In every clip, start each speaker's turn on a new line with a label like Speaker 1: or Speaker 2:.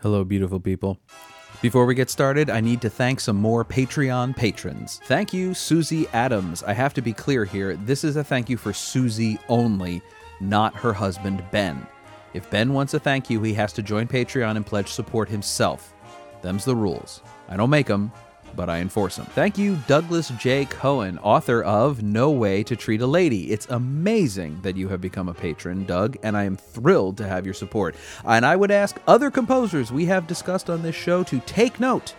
Speaker 1: Hello, beautiful people. Before we get started, I need to thank some more Patreon patrons. Thank you, Susie Adams. I have to be clear here this is a thank you for Susie only, not her husband, Ben. If Ben wants a thank you, he has to join Patreon and pledge support himself. Them's the rules. I don't make them, but I enforce them. Thank you, Douglas J. Cohen, author of No Way to Treat a Lady. It's amazing that you have become a patron, Doug, and I am thrilled to have your support. And I would ask other composers we have discussed on this show to take note.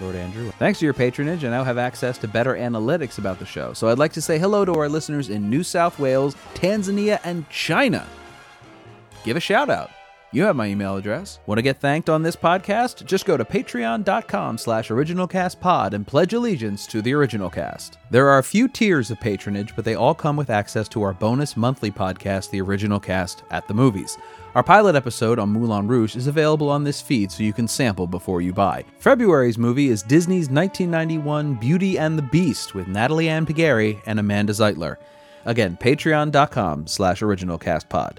Speaker 1: Lord Andrew, thanks to your patronage, I now have access to better analytics about the show. So I'd like to say hello to our listeners in New South Wales, Tanzania, and China. Give a shout out. You have my email address. Want to get thanked on this podcast? Just go to patreon.com slash originalcastpod and pledge allegiance to the original cast. There are a few tiers of patronage, but they all come with access to our bonus monthly podcast, The Original Cast at the Movies. Our pilot episode on Moulin Rouge is available on this feed so you can sample before you buy. February's movie is Disney's 1991 Beauty and the Beast with Natalie Ann Pigari and Amanda Zeitler. Again, patreon.com slash originalcastpod.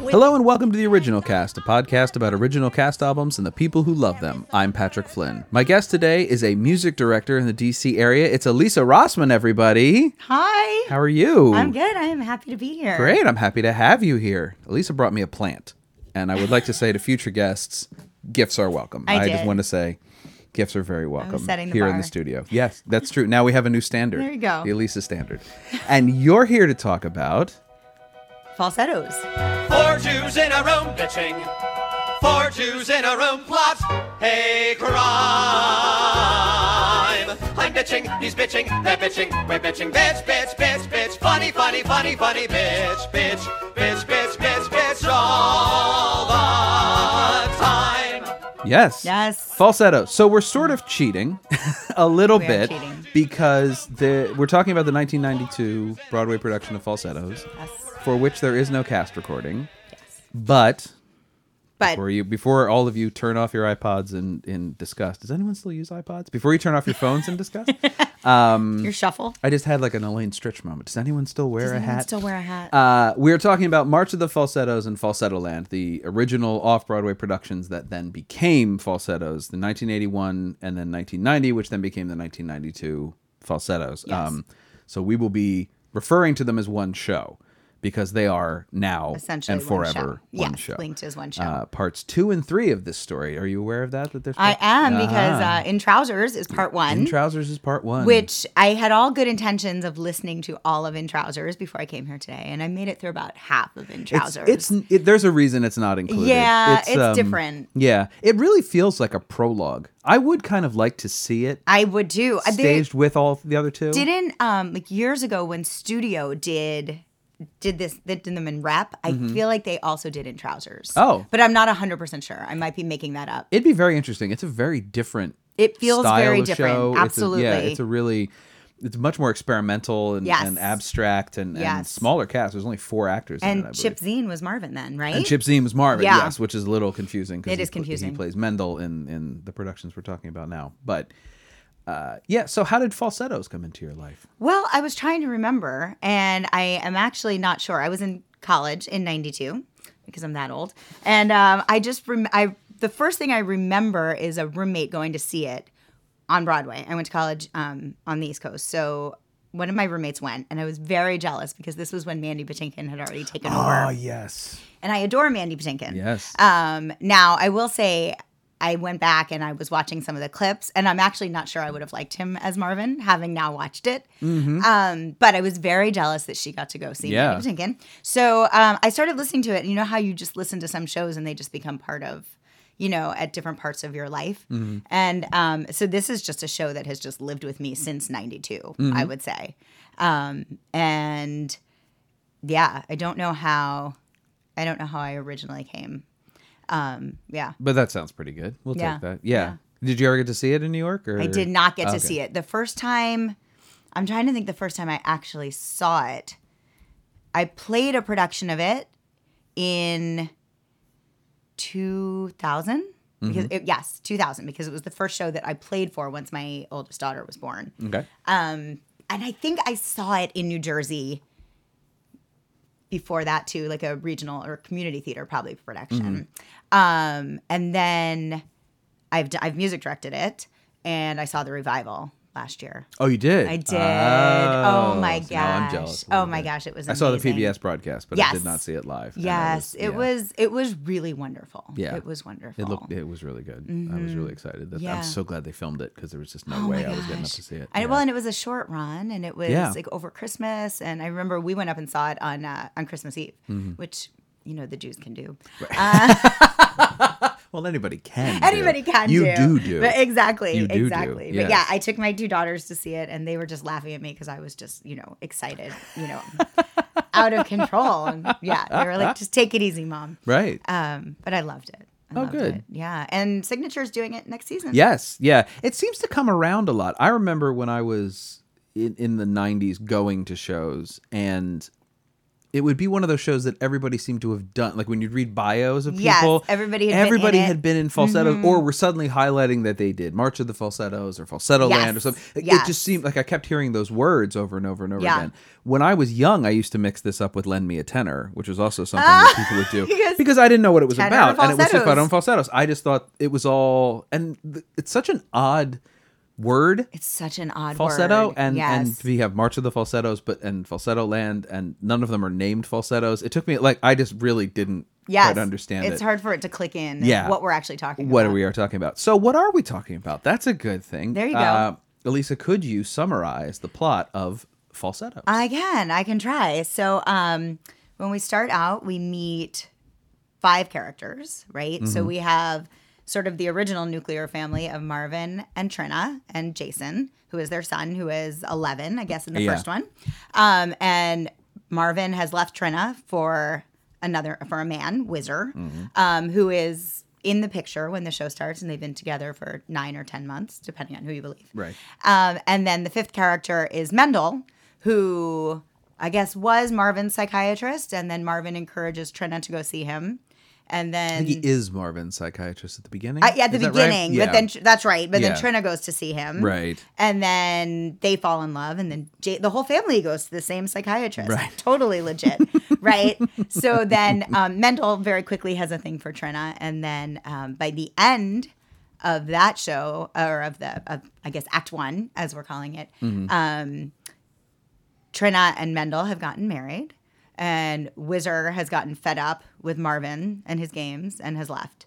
Speaker 2: With
Speaker 1: Hello and welcome to the Original Cast, a podcast about original cast albums and the people who love them. I'm Patrick Flynn. My guest today is a music director in the DC area. It's Elisa Rossman, everybody.
Speaker 3: Hi.
Speaker 1: How are you?
Speaker 3: I'm good. I am happy to be here.
Speaker 1: Great. I'm happy to have you here. Elisa brought me a plant, and I would like to say to future guests, gifts are welcome.
Speaker 3: I
Speaker 1: just
Speaker 3: did.
Speaker 1: want to say. Gifts are very welcome
Speaker 3: setting the
Speaker 1: here in
Speaker 3: bar.
Speaker 1: the studio. Yes, that's true. Now we have a new standard.
Speaker 3: There you go.
Speaker 1: The Elisa standard. And you're here to talk about
Speaker 3: Falsettos.
Speaker 4: Four Jews in a room, bitching. Four Jews in a room, plot a crime. I'm bitching, he's bitching, they're bitching, we're bitching. Bitch, bitch, bitch, bitch. Funny, funny, funny, funny. Bitch, bitch, bitch, bitch, bitch, bitch. All the time.
Speaker 1: Yes.
Speaker 3: Yes.
Speaker 1: Falsetto. So we're sort of cheating a little
Speaker 3: We are
Speaker 1: bit
Speaker 3: cheating.
Speaker 1: because the we're talking about the 1992 Broadway production of Falsettos
Speaker 3: Yes.
Speaker 1: for which there is no cast recording. But
Speaker 3: But
Speaker 1: before you before all of you turn off your iPods in in disgust. Does anyone still use iPods? Before you turn off your phones in disgust?
Speaker 3: your shuffle.
Speaker 1: I just had like an Elaine Stritch moment. Does anyone still wear a
Speaker 3: Does anyone
Speaker 1: hat?
Speaker 3: Still wear a hat.
Speaker 1: Uh, we are talking about March of the Falsettos and Falsetto Land, the original off Broadway productions that then became falsettos, the 1981 and then 1990, which then became the 1992 falsettos. Um, so we will be referring to them as one show because they are now
Speaker 3: Essentially,
Speaker 1: and forever
Speaker 3: one show.
Speaker 1: one
Speaker 3: yes,
Speaker 1: show.
Speaker 3: linked as one show.
Speaker 1: Uh, parts two and three of this story. Are you aware of that? That there's
Speaker 3: I
Speaker 1: part-
Speaker 3: am because
Speaker 1: Ah.
Speaker 3: uh, in trousers is part one.
Speaker 1: in trousers is part one.
Speaker 3: which I had all good intentions of listening to all of In Trousers before I came here today, and I made it through about half of In
Speaker 1: It's-
Speaker 3: Trousers.
Speaker 1: It's, it, there's a reason it's not included.
Speaker 3: Yeah, it's different.
Speaker 1: Yeah, it really feels like a prologue. I would kind of like to see it
Speaker 3: I would do. I- they-
Speaker 1: staged with all the other two.
Speaker 3: didn't um like years ago when studio did did this they did them in rep i feel like they also did in trousers
Speaker 1: Mm-hmm. Oh.
Speaker 3: but i'm not 100% sure i might be making that up
Speaker 1: It'd be very interesting. It's a very different.
Speaker 3: It feels
Speaker 1: style
Speaker 3: very
Speaker 1: of
Speaker 3: different,
Speaker 1: show. It's a- yeah,
Speaker 3: absolutely.
Speaker 1: it's a really. It's much more experimental and,
Speaker 3: Yes.
Speaker 1: and abstract and, and
Speaker 3: Yes.
Speaker 1: smaller cast. There's only four actors in it, I
Speaker 3: and
Speaker 1: believe.
Speaker 3: chip zine was marvin then right
Speaker 1: And Chip Zine was Marvin,
Speaker 3: Yeah.
Speaker 1: yes, which is a little confusing. 'cause
Speaker 3: It
Speaker 1: he
Speaker 3: is
Speaker 1: pl- He
Speaker 3: confusing.
Speaker 1: plays Mendel in in the productions we're talking about now. But uh, yeah, so how did falsettos come into your life?
Speaker 3: well i was trying to remember and i am actually not sure i was in college in 92 because i'm that old and um, i just rem- i the first thing i remember is a roommate going to see it on Broadway. I went to college um, on the East Coast, so one of my roommates went, and I was very jealous because this was when Mandy Patinkin had already taken
Speaker 1: Oh
Speaker 3: over,
Speaker 1: yes,
Speaker 3: and I adore Mandy Patinkin.
Speaker 1: yes.
Speaker 3: Um, now I will say. I went back and I was watching some of the clips, and I'm actually not sure I would have liked him as Marvin, having now watched it. Um, but I was very jealous that she got to go see
Speaker 1: Yeah.
Speaker 3: Mandy Patinkin. So um, I started listening to it. You know how you just listen to some shows and they just become part of, you know, at different parts of your life. And um, so this is just a show that has just lived with me since '92, I would say. Um, and yeah, I don't know how, I don't know how I originally came. Um, yeah.
Speaker 1: But that sounds pretty good. We'll
Speaker 3: Yeah.
Speaker 1: take that. Yeah. Did you ever get to see it in New York? Or? Oh,
Speaker 3: I did not get to
Speaker 1: Okay.
Speaker 3: see it. The first time, I'm trying to think the first time I actually saw it. I played a production of it in 2000 because it, yes, 2000 because it was the first show that I played for once my oldest daughter was born.
Speaker 1: Okay.
Speaker 3: Um, and I think I saw it in New Jersey before that too, like a regional or community theater probably production.
Speaker 1: Mm-hmm.
Speaker 3: Um, and then I've d- I've music directed it, and I saw the revival last year.
Speaker 1: Oh, you did.
Speaker 3: I did. Oh, my gosh.
Speaker 1: so now I'm jealous a
Speaker 3: Oh
Speaker 1: little
Speaker 3: my
Speaker 1: bit.
Speaker 3: gosh, it was.
Speaker 1: I saw the
Speaker 3: amazing.
Speaker 1: PBS broadcast, but I did
Speaker 3: Yes.
Speaker 1: not see it live. and that
Speaker 3: Yes, it
Speaker 1: yeah.
Speaker 3: was. It was really wonderful.
Speaker 1: Yeah.
Speaker 3: it was wonderful.
Speaker 1: It looked. It was really good. I was really excited. That,
Speaker 3: Mm-hmm. Yeah.
Speaker 1: I'm so glad they filmed it because there was just no
Speaker 3: Oh
Speaker 1: way
Speaker 3: my
Speaker 1: I was getting up
Speaker 3: gosh.
Speaker 1: to see it.
Speaker 3: I,
Speaker 1: Yeah.
Speaker 3: Well, and it was a short run, and it was
Speaker 1: Yeah.
Speaker 3: like over Christmas. And I remember we went up and saw it on uh, on Christmas Eve,
Speaker 1: Mm-hmm.
Speaker 3: which you know the Jews can do.
Speaker 1: well, anybody can. do.
Speaker 3: Anybody can.
Speaker 1: You
Speaker 3: do,
Speaker 1: do do.
Speaker 3: But exactly,
Speaker 1: You do do,
Speaker 3: exactly. But yeah,
Speaker 1: yes.
Speaker 3: I took my two daughters to see it, and they were just laughing at me because I was just you know excited, you know, out of control. And yeah, they were like, "Just take it easy, mom."
Speaker 1: Right.
Speaker 3: Um, but I loved it. I
Speaker 1: Oh,
Speaker 3: loved
Speaker 1: good.
Speaker 3: It. Yeah, and Signature's doing it next season.
Speaker 1: Yes, yeah. It seems to come around a lot. I remember when I was in, in the 90s going to shows and it would be one of those shows that everybody seemed to have done. Like when you'd read bios of
Speaker 3: Yes,
Speaker 1: people,
Speaker 3: everybody had been in
Speaker 1: everybody
Speaker 3: it. Mm-hmm.
Speaker 1: had been in falsettos, or were suddenly highlighting that they did March of the Falsettos or Falsetto
Speaker 3: Yes,
Speaker 1: Land or something. It- It
Speaker 3: yes.
Speaker 1: just seemed like I kept hearing those words over and over and over
Speaker 3: Yeah.
Speaker 1: again. When I was young, I used to mix this up with "Lend Me a Tenor," which was also something
Speaker 3: Ah,
Speaker 1: that people would do
Speaker 3: Because-
Speaker 1: because I didn't know what it was
Speaker 3: Tenor
Speaker 1: about, and it was just
Speaker 3: falsettos.
Speaker 1: about falsettos. I just thought it was all, and th- it's such an odd word,
Speaker 3: It's such an odd
Speaker 1: falsetto,
Speaker 3: word.
Speaker 1: and
Speaker 3: yes.
Speaker 1: and we have March of the Falsettos, but and Falsetto Land, and none of them are named falsettos. It took me like I just really didn't
Speaker 3: yes.
Speaker 1: quite understand
Speaker 3: It's
Speaker 1: it.
Speaker 3: hard for it to click in.
Speaker 1: Yeah.
Speaker 3: Yeah. what we're actually talking
Speaker 1: What
Speaker 3: about.
Speaker 1: we are talking about. So what are we talking about? That's a good thing.
Speaker 3: There you
Speaker 1: Uh, Elisa, could you summarize the plot of falsettos?
Speaker 3: I can. I can try. So um, when we start out, we meet five characters, right?
Speaker 1: Mm-hmm.
Speaker 3: So we have sort of the original nuclear family of Marvin and Trina and Jason, who is their son, who is 11, I guess, in the
Speaker 1: Yeah.
Speaker 3: first one. Um, and Marvin has left Trina for another, for a man, Whizzer,
Speaker 1: Mm-hmm.
Speaker 3: um, who is in the picture when the show starts, and they've been together for nine or 10 months, depending on who you believe.
Speaker 1: Right.
Speaker 3: Um, and then the fifth character is Mendel, who I guess was Marvin's psychiatrist, and then Marvin encourages Trina to go see him, and then
Speaker 1: he is Marvin's psychiatrist at the beginning.
Speaker 3: uh, yeah, at the
Speaker 1: Is that right?
Speaker 3: beginning,
Speaker 1: Yeah.
Speaker 3: but then that's right, but
Speaker 1: Yeah.
Speaker 3: then Trina goes to see him,
Speaker 1: Right.
Speaker 3: and then they fall in love, and then J- the whole family goes to the same psychiatrist,
Speaker 1: Right.
Speaker 3: totally legit, right? So then um, Mendel very quickly has a thing for Trina, and then um, by the end of that show, or of the, of, I guess Act One, as we're calling it, um, Trina and Mendel have gotten married, and Whizzer has gotten fed up with Marvin and his games and has left.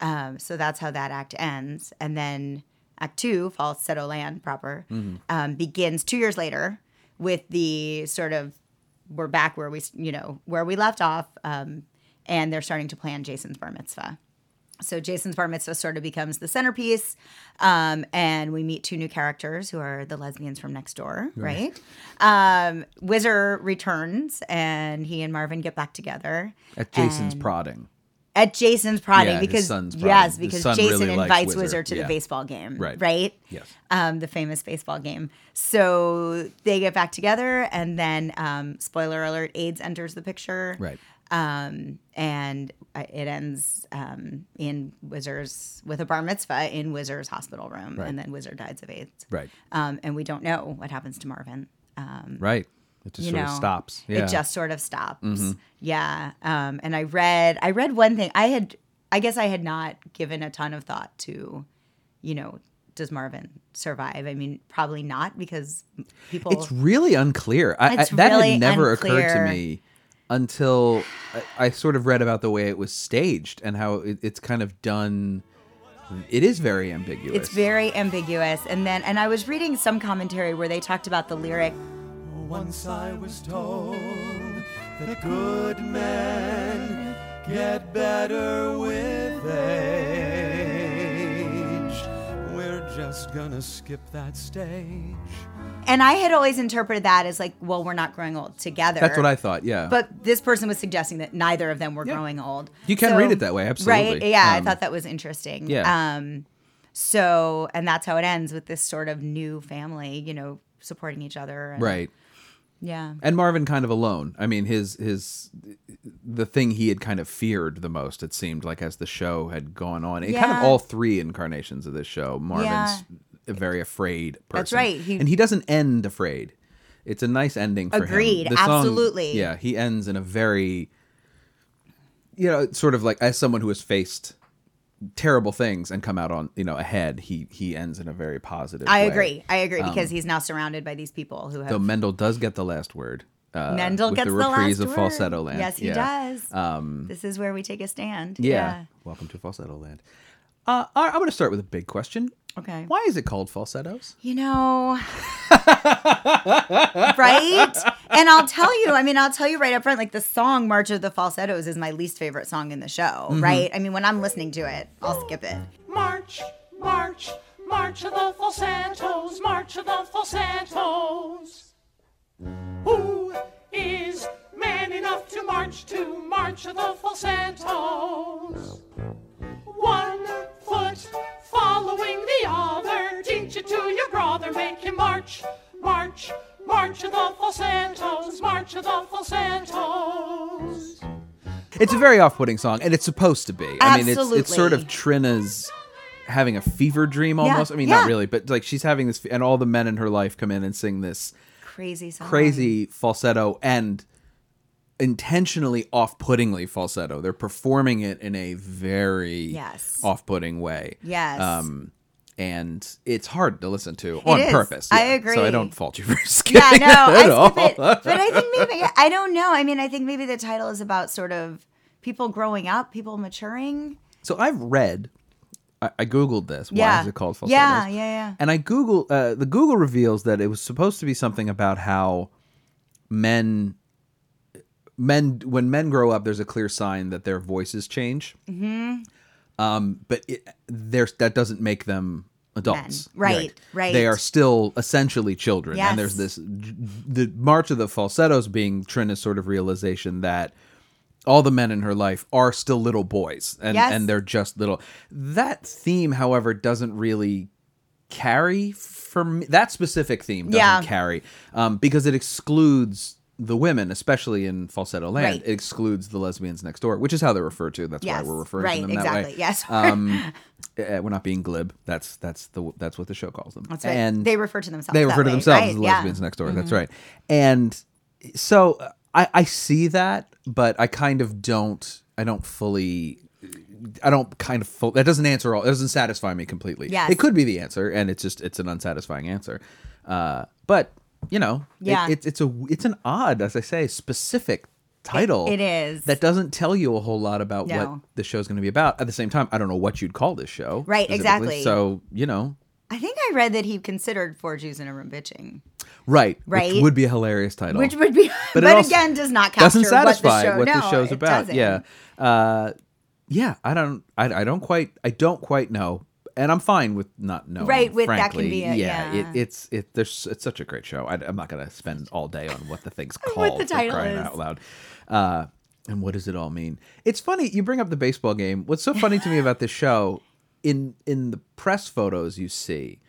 Speaker 3: Um, so that's how that act ends. And then Act Two, Falsetto Land proper, um, begins two years later with the sort of we're back where we s- you know where we left off, um, and they're starting to plan Jason's bar mitzvah. So Jason's bar mitzvah sort of becomes the centerpiece, um, and we meet two new characters who are the lesbians from next door, right? Um, Whizzer returns, and he and Marvin get back together
Speaker 1: at Jason's
Speaker 3: and-
Speaker 1: prodding.
Speaker 3: at Jason's prodding
Speaker 1: Yeah, his
Speaker 3: because
Speaker 1: son's prodding.
Speaker 3: yes,
Speaker 1: His
Speaker 3: because
Speaker 1: son
Speaker 3: Jason
Speaker 1: really likes
Speaker 3: invites
Speaker 1: Wizard,
Speaker 3: Wizard to
Speaker 1: yeah.
Speaker 3: the baseball game,
Speaker 1: Right.
Speaker 3: Right?
Speaker 1: Yes.
Speaker 3: Um, the famous baseball game. So they get back together, and then um, spoiler alert: AIDS enters the picture,
Speaker 1: Right.
Speaker 3: Um, and uh, it ends um, in Wizard's with a bar mitzvah in Wizard's hospital room,
Speaker 1: Right.
Speaker 3: and then Wizard dies of AIDS.
Speaker 1: Right.
Speaker 3: Um, and we don't know what happens to Marvin.
Speaker 1: Right. It just
Speaker 3: you
Speaker 1: sort
Speaker 3: know,
Speaker 1: of stops. Yeah. Mm-hmm.
Speaker 3: It just sort of stops. Yeah. Um, and I read, I read one thing. I had, I guess, I had not given a ton of thought to, you know, does Marvin survive? I mean, probably not because people.
Speaker 1: It's really unclear. I, I-
Speaker 3: It's
Speaker 1: that
Speaker 3: really
Speaker 1: had never occurred
Speaker 3: unclear.
Speaker 1: to me until I, I sort of read about the way it was staged and how it, it's kind of done. It is very ambiguous.
Speaker 3: It's very ambiguous. And then, and I was reading some commentary where they talked about the lyric.
Speaker 5: Once I was told that good men get better with age. We're just gonna skip that stage.
Speaker 3: And I had always interpreted that as like, well, we're not growing old together.
Speaker 1: That's what I thought. Yeah.
Speaker 3: But this person was suggesting that neither of them were growing old.
Speaker 1: You can read it that way,
Speaker 3: Right?
Speaker 1: absolutely.
Speaker 3: Yeah,
Speaker 1: Um,
Speaker 3: I thought that was interesting.
Speaker 1: yeah.
Speaker 3: Um, so, and that's how it ends with this sort of new family, you know, supporting each other. And,
Speaker 1: right.
Speaker 3: Yeah.
Speaker 1: and Marvin kind of alone. I mean, his his the thing he had kind of feared the most. It seemed like as the show had gone on, it kind of
Speaker 3: Yeah.
Speaker 1: all three incarnations of this show. Marvin's a very afraid person.
Speaker 3: right. He-
Speaker 1: and he doesn't end afraid. It's a nice ending for him.
Speaker 3: Agreed.
Speaker 1: The song-
Speaker 3: Absolutely.
Speaker 1: yeah, he ends in a very you know, sort of like as someone who has faced terrible things and come out on you know ahead. He he ends in a very positive.
Speaker 3: I
Speaker 1: way.
Speaker 3: agree. I agree because he's now surrounded by these people who have
Speaker 1: Though Mendel does get the last word. Uh,
Speaker 3: Mendel
Speaker 1: with
Speaker 3: gets
Speaker 1: the
Speaker 3: the,
Speaker 1: reprise
Speaker 3: last
Speaker 1: of
Speaker 3: word.
Speaker 1: falsetto land.
Speaker 3: Yes, he
Speaker 1: Yeah. Um,
Speaker 3: does. this is where we take a stand.
Speaker 1: Yeah. Welcome to falsetto land. Uh, all right, I'm going to start with a big question.
Speaker 3: Okay.
Speaker 1: Why is it called falsettos?
Speaker 3: You know, right? And I'll tell you, I mean, I'll tell you right up front, like the song March of the Falsettos is my least favorite song in the show,
Speaker 1: Mm-hmm.
Speaker 3: right? I mean, when I'm listening to it, I'll skip it.
Speaker 6: March, march, march of the falsettos, march of the falsettos. Who is man enough to march to march of the falsettos? One foot following the other, teach it to your brother, make him march, march, march of the falsettos, march of the falsettos.
Speaker 1: It's a very off-putting song, and it's supposed to be. I mean, it's it's
Speaker 3: Absolutely.
Speaker 1: sort of Trina's having a fever dream almost. I mean, not
Speaker 3: yeah.
Speaker 1: really, but like she's having this, and all the men in her life come in and sing this
Speaker 3: Crazy song.
Speaker 1: crazy falsetto and intentionally off-puttingly falsetto. They're performing it in a very
Speaker 3: Yes.
Speaker 1: off-putting way.
Speaker 3: Yes.
Speaker 1: Um, and it's hard to listen to on
Speaker 3: is.
Speaker 1: purpose.
Speaker 3: I
Speaker 1: So I
Speaker 3: agree.
Speaker 1: don't fault you for skipping
Speaker 3: Yeah, no,
Speaker 1: that at
Speaker 3: I skip it.
Speaker 1: all.
Speaker 3: But I think maybe I don't know. I mean, I think maybe the title is about sort of people growing up, people maturing.
Speaker 1: So I've read, I, I googled this. Why
Speaker 3: Yeah.
Speaker 1: is it called falsettos?
Speaker 3: Yeah, yeah, yeah.
Speaker 1: And I Google uh, the Google reveals that it was supposed to be something about how men men when men grow up, there's a clear sign that their voices change. Mm-hmm. Um, but it, there's that doesn't make them adults,
Speaker 3: Men. Right, right.
Speaker 1: They are still essentially children,
Speaker 3: Yes.
Speaker 1: and there's this the march of the falsettos being Trina's sort of realization that all the men in her life are still little boys and
Speaker 3: Yes.
Speaker 1: and they're just little that theme however doesn't really carry for me that specific theme doesn't
Speaker 3: Yeah.
Speaker 1: carry um, because it excludes the women especially in falsetto land
Speaker 3: Right.
Speaker 1: it excludes the lesbians next door which is how they're referred to that's
Speaker 3: Yes.
Speaker 1: why we're referring
Speaker 3: right,
Speaker 1: to them
Speaker 3: exactly.
Speaker 1: that way
Speaker 3: Yes.
Speaker 1: um uh, we're not being glib that's that's the that's what the show calls them
Speaker 3: That's right.
Speaker 1: and
Speaker 3: they refer to themselves.
Speaker 1: they
Speaker 3: that
Speaker 1: refer to
Speaker 3: way,
Speaker 1: themselves
Speaker 3: right?
Speaker 1: as
Speaker 3: Yeah. Mm-hmm.
Speaker 1: lesbians next door. That's right. And so uh, I, I see that, but I kind of don't. I don't fully. I don't kind of full, that doesn't answer all. It doesn't satisfy me completely.
Speaker 3: Yes.
Speaker 1: it could be the answer, and it's just it's an unsatisfying answer. Uh, but you know, it-
Speaker 3: Yeah.
Speaker 1: it's it's a it's an odd, as I say, specific title.
Speaker 3: it is.
Speaker 1: that doesn't tell you a whole lot about what
Speaker 3: No.
Speaker 1: the show's going to be about. At the same time, I don't know what you'd call this show.
Speaker 3: Right,
Speaker 1: specifically.
Speaker 3: exactly.
Speaker 1: So you know,
Speaker 3: I think I read that he considered four Jews in a room bitching,
Speaker 1: right, which
Speaker 3: Right.
Speaker 1: would be a hilarious title.
Speaker 3: which would be,
Speaker 1: Oh. But
Speaker 3: but,
Speaker 1: it also
Speaker 3: again, does not capture
Speaker 1: doesn't satisfy
Speaker 3: what the show.
Speaker 1: what the,
Speaker 3: no,
Speaker 1: show's
Speaker 3: it
Speaker 1: about.
Speaker 3: doesn't.
Speaker 1: Yeah, uh, yeah. I don't. I, I don't quite. I don't quite know, and I'm fine with not knowing.
Speaker 3: Right, with that can
Speaker 1: frankly.
Speaker 3: be a- yeah.
Speaker 1: It, it's it. There's it's such a great show. I, am not gonna spend all day on what the thing's called.
Speaker 3: What the
Speaker 1: for
Speaker 3: title
Speaker 1: crying
Speaker 3: is.
Speaker 1: out loud. Uh, and what does it all mean? It's funny you bring up the baseball game. What's so funny to me about this show, in in the press photos you see,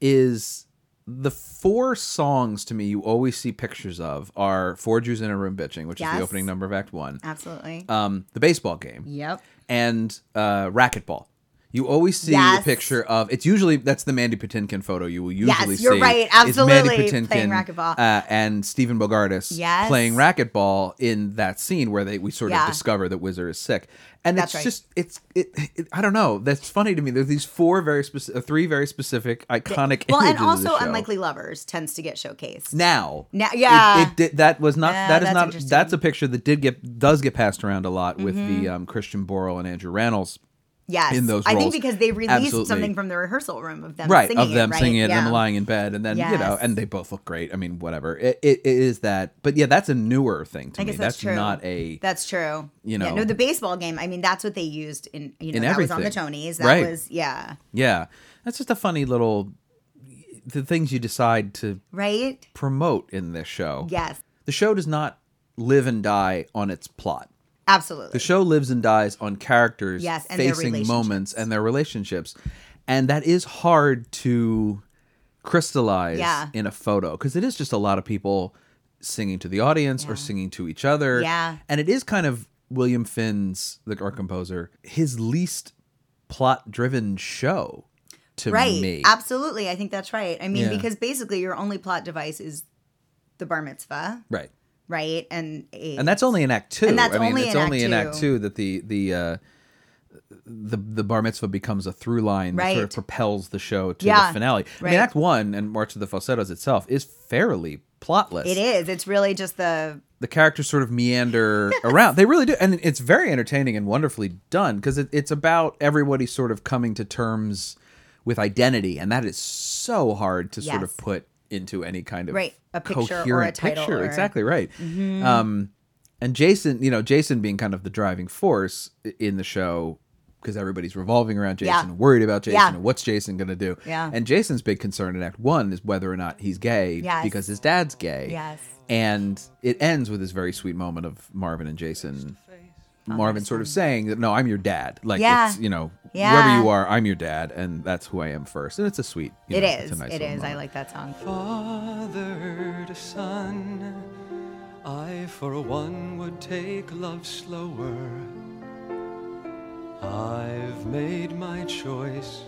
Speaker 1: is the four songs to me you always see pictures of are Four Jews in a Room Bitching, which is
Speaker 3: Yes.
Speaker 1: the opening number of Act One,
Speaker 3: absolutely.
Speaker 1: um, the baseball game,
Speaker 3: yep.
Speaker 1: and uh, racquetball. You always see a
Speaker 3: Yes.
Speaker 1: picture of it's usually that's the Mandy Patinkin photo you will usually
Speaker 3: Yes, you're
Speaker 1: see.
Speaker 3: right,
Speaker 1: is Mandy
Speaker 3: absolutely, playing racquetball.
Speaker 1: uh, and Stephen Bogartis
Speaker 3: Yes.
Speaker 1: playing racquetball in that scene where they we sort
Speaker 3: Yeah.
Speaker 1: of discover that Wizard is sick, and
Speaker 3: That's
Speaker 1: it's
Speaker 3: right.
Speaker 1: just it's it, it I don't know that's funny to me. There's these four very specific, three very specific iconic.
Speaker 3: Well,
Speaker 1: images
Speaker 3: and
Speaker 1: of the
Speaker 3: also
Speaker 1: show.
Speaker 3: Unlikely Lovers tends to get showcased.
Speaker 1: Now,
Speaker 3: Now- yeah.
Speaker 1: it, it did, that was not.
Speaker 3: Yeah,
Speaker 1: that is
Speaker 3: that's
Speaker 1: not.
Speaker 3: interesting. Mm-hmm.
Speaker 1: That's a picture that did get does get passed around a lot with the um, Christian Borle and Andrew Rannells.
Speaker 3: yes,
Speaker 1: in those
Speaker 3: I
Speaker 1: roles.
Speaker 3: think because they released
Speaker 1: Absolutely.
Speaker 3: something from the rehearsal room of them
Speaker 1: right
Speaker 3: singing
Speaker 1: of them
Speaker 3: it, right?
Speaker 1: singing it
Speaker 3: yeah.
Speaker 1: and them lying in bed and then you know
Speaker 3: Yes.
Speaker 1: and they both look great i mean whatever it, it, it is that but yeah that's a newer thing to
Speaker 3: I
Speaker 1: me
Speaker 3: guess that's, true.
Speaker 1: not a
Speaker 3: That's true.
Speaker 1: you know-
Speaker 3: yeah, no, the baseball game. I mean, that's what they used in you know
Speaker 1: In
Speaker 3: that was
Speaker 1: everything.
Speaker 3: on the Tonys. That
Speaker 1: Right.
Speaker 3: was yeah,
Speaker 1: yeah that's just a funny little the things you decide to
Speaker 3: right.
Speaker 1: promote in this show
Speaker 3: Yes,
Speaker 1: the show does not live and die on its plot
Speaker 3: absolutely.
Speaker 1: The show lives and dies on characters
Speaker 3: Yes, and their
Speaker 1: facing moments
Speaker 3: relationships.
Speaker 1: and their relationships. And that is hard to crystallize
Speaker 3: Yeah.
Speaker 1: in a photo because it is just a lot of people singing to the audience or singing to each other.
Speaker 3: Yeah.
Speaker 1: And it is kind of William Finn's, the our composer, his least plot driven show to
Speaker 3: right.
Speaker 1: me.
Speaker 3: Absolutely. I think that's right. I mean,
Speaker 1: Yeah.
Speaker 3: because basically your only plot device is the bar mitzvah,
Speaker 1: right.
Speaker 3: right? And a,
Speaker 1: And that's only in Act Two.
Speaker 3: And that's
Speaker 1: I mean,
Speaker 3: only
Speaker 1: it's
Speaker 3: in Act
Speaker 1: only in Act
Speaker 3: Two.
Speaker 1: Two that the the uh, the the bar mitzvah becomes a through line that sort of
Speaker 3: Right.
Speaker 1: propels the show to
Speaker 3: Yeah,
Speaker 1: the finale. I
Speaker 3: right.
Speaker 1: mean, Act One and March of the Falsettos itself is fairly plotless.
Speaker 3: it is. It's really just the
Speaker 1: The characters sort of meander around. They really do, and it's very entertaining and wonderfully done because it, it's about everybody sort of coming to terms with identity, and that is so hard to sort
Speaker 3: Yes.
Speaker 1: of put into any kind of
Speaker 3: Right, a picture or a
Speaker 1: coherent
Speaker 3: title
Speaker 1: picture.
Speaker 3: or- Mm-hmm.
Speaker 1: Exactly right. Um, and Jason, you know, Jason being kind of the driving force i- in the show because everybody's revolving around Jason,
Speaker 3: Yeah.
Speaker 1: and worried about Jason,
Speaker 3: Yeah.
Speaker 1: and what's Jason going to do?
Speaker 3: Yeah.
Speaker 1: And Jason's big concern in Act One is whether or not he's gay
Speaker 3: Yes.
Speaker 1: because his dad's gay.
Speaker 3: Yes.
Speaker 1: And it ends with this very sweet moment of Marvin and Jason. Marvin sort of saying that no, I'm your dad. Like
Speaker 3: Oh, Yeah.
Speaker 1: it's you know
Speaker 3: Yeah.
Speaker 1: whoever you are, I'm your dad, and that's who I am first. And it's a sweet. you
Speaker 3: it
Speaker 1: know,
Speaker 3: is.
Speaker 1: It's a nice
Speaker 3: it
Speaker 1: little
Speaker 3: is. I
Speaker 1: moment.
Speaker 3: like that song.
Speaker 5: Father to son, I for one would take love slower. I've made my choice,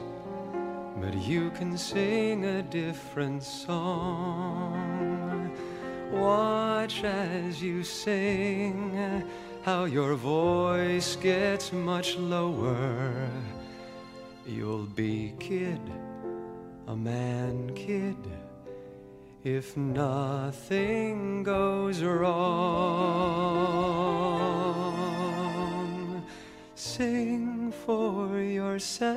Speaker 5: but you can sing a different song. Watch as you sing, how your voice gets much lower. You'll be kid, a man kid if nothing goes wrong. Sing for yourself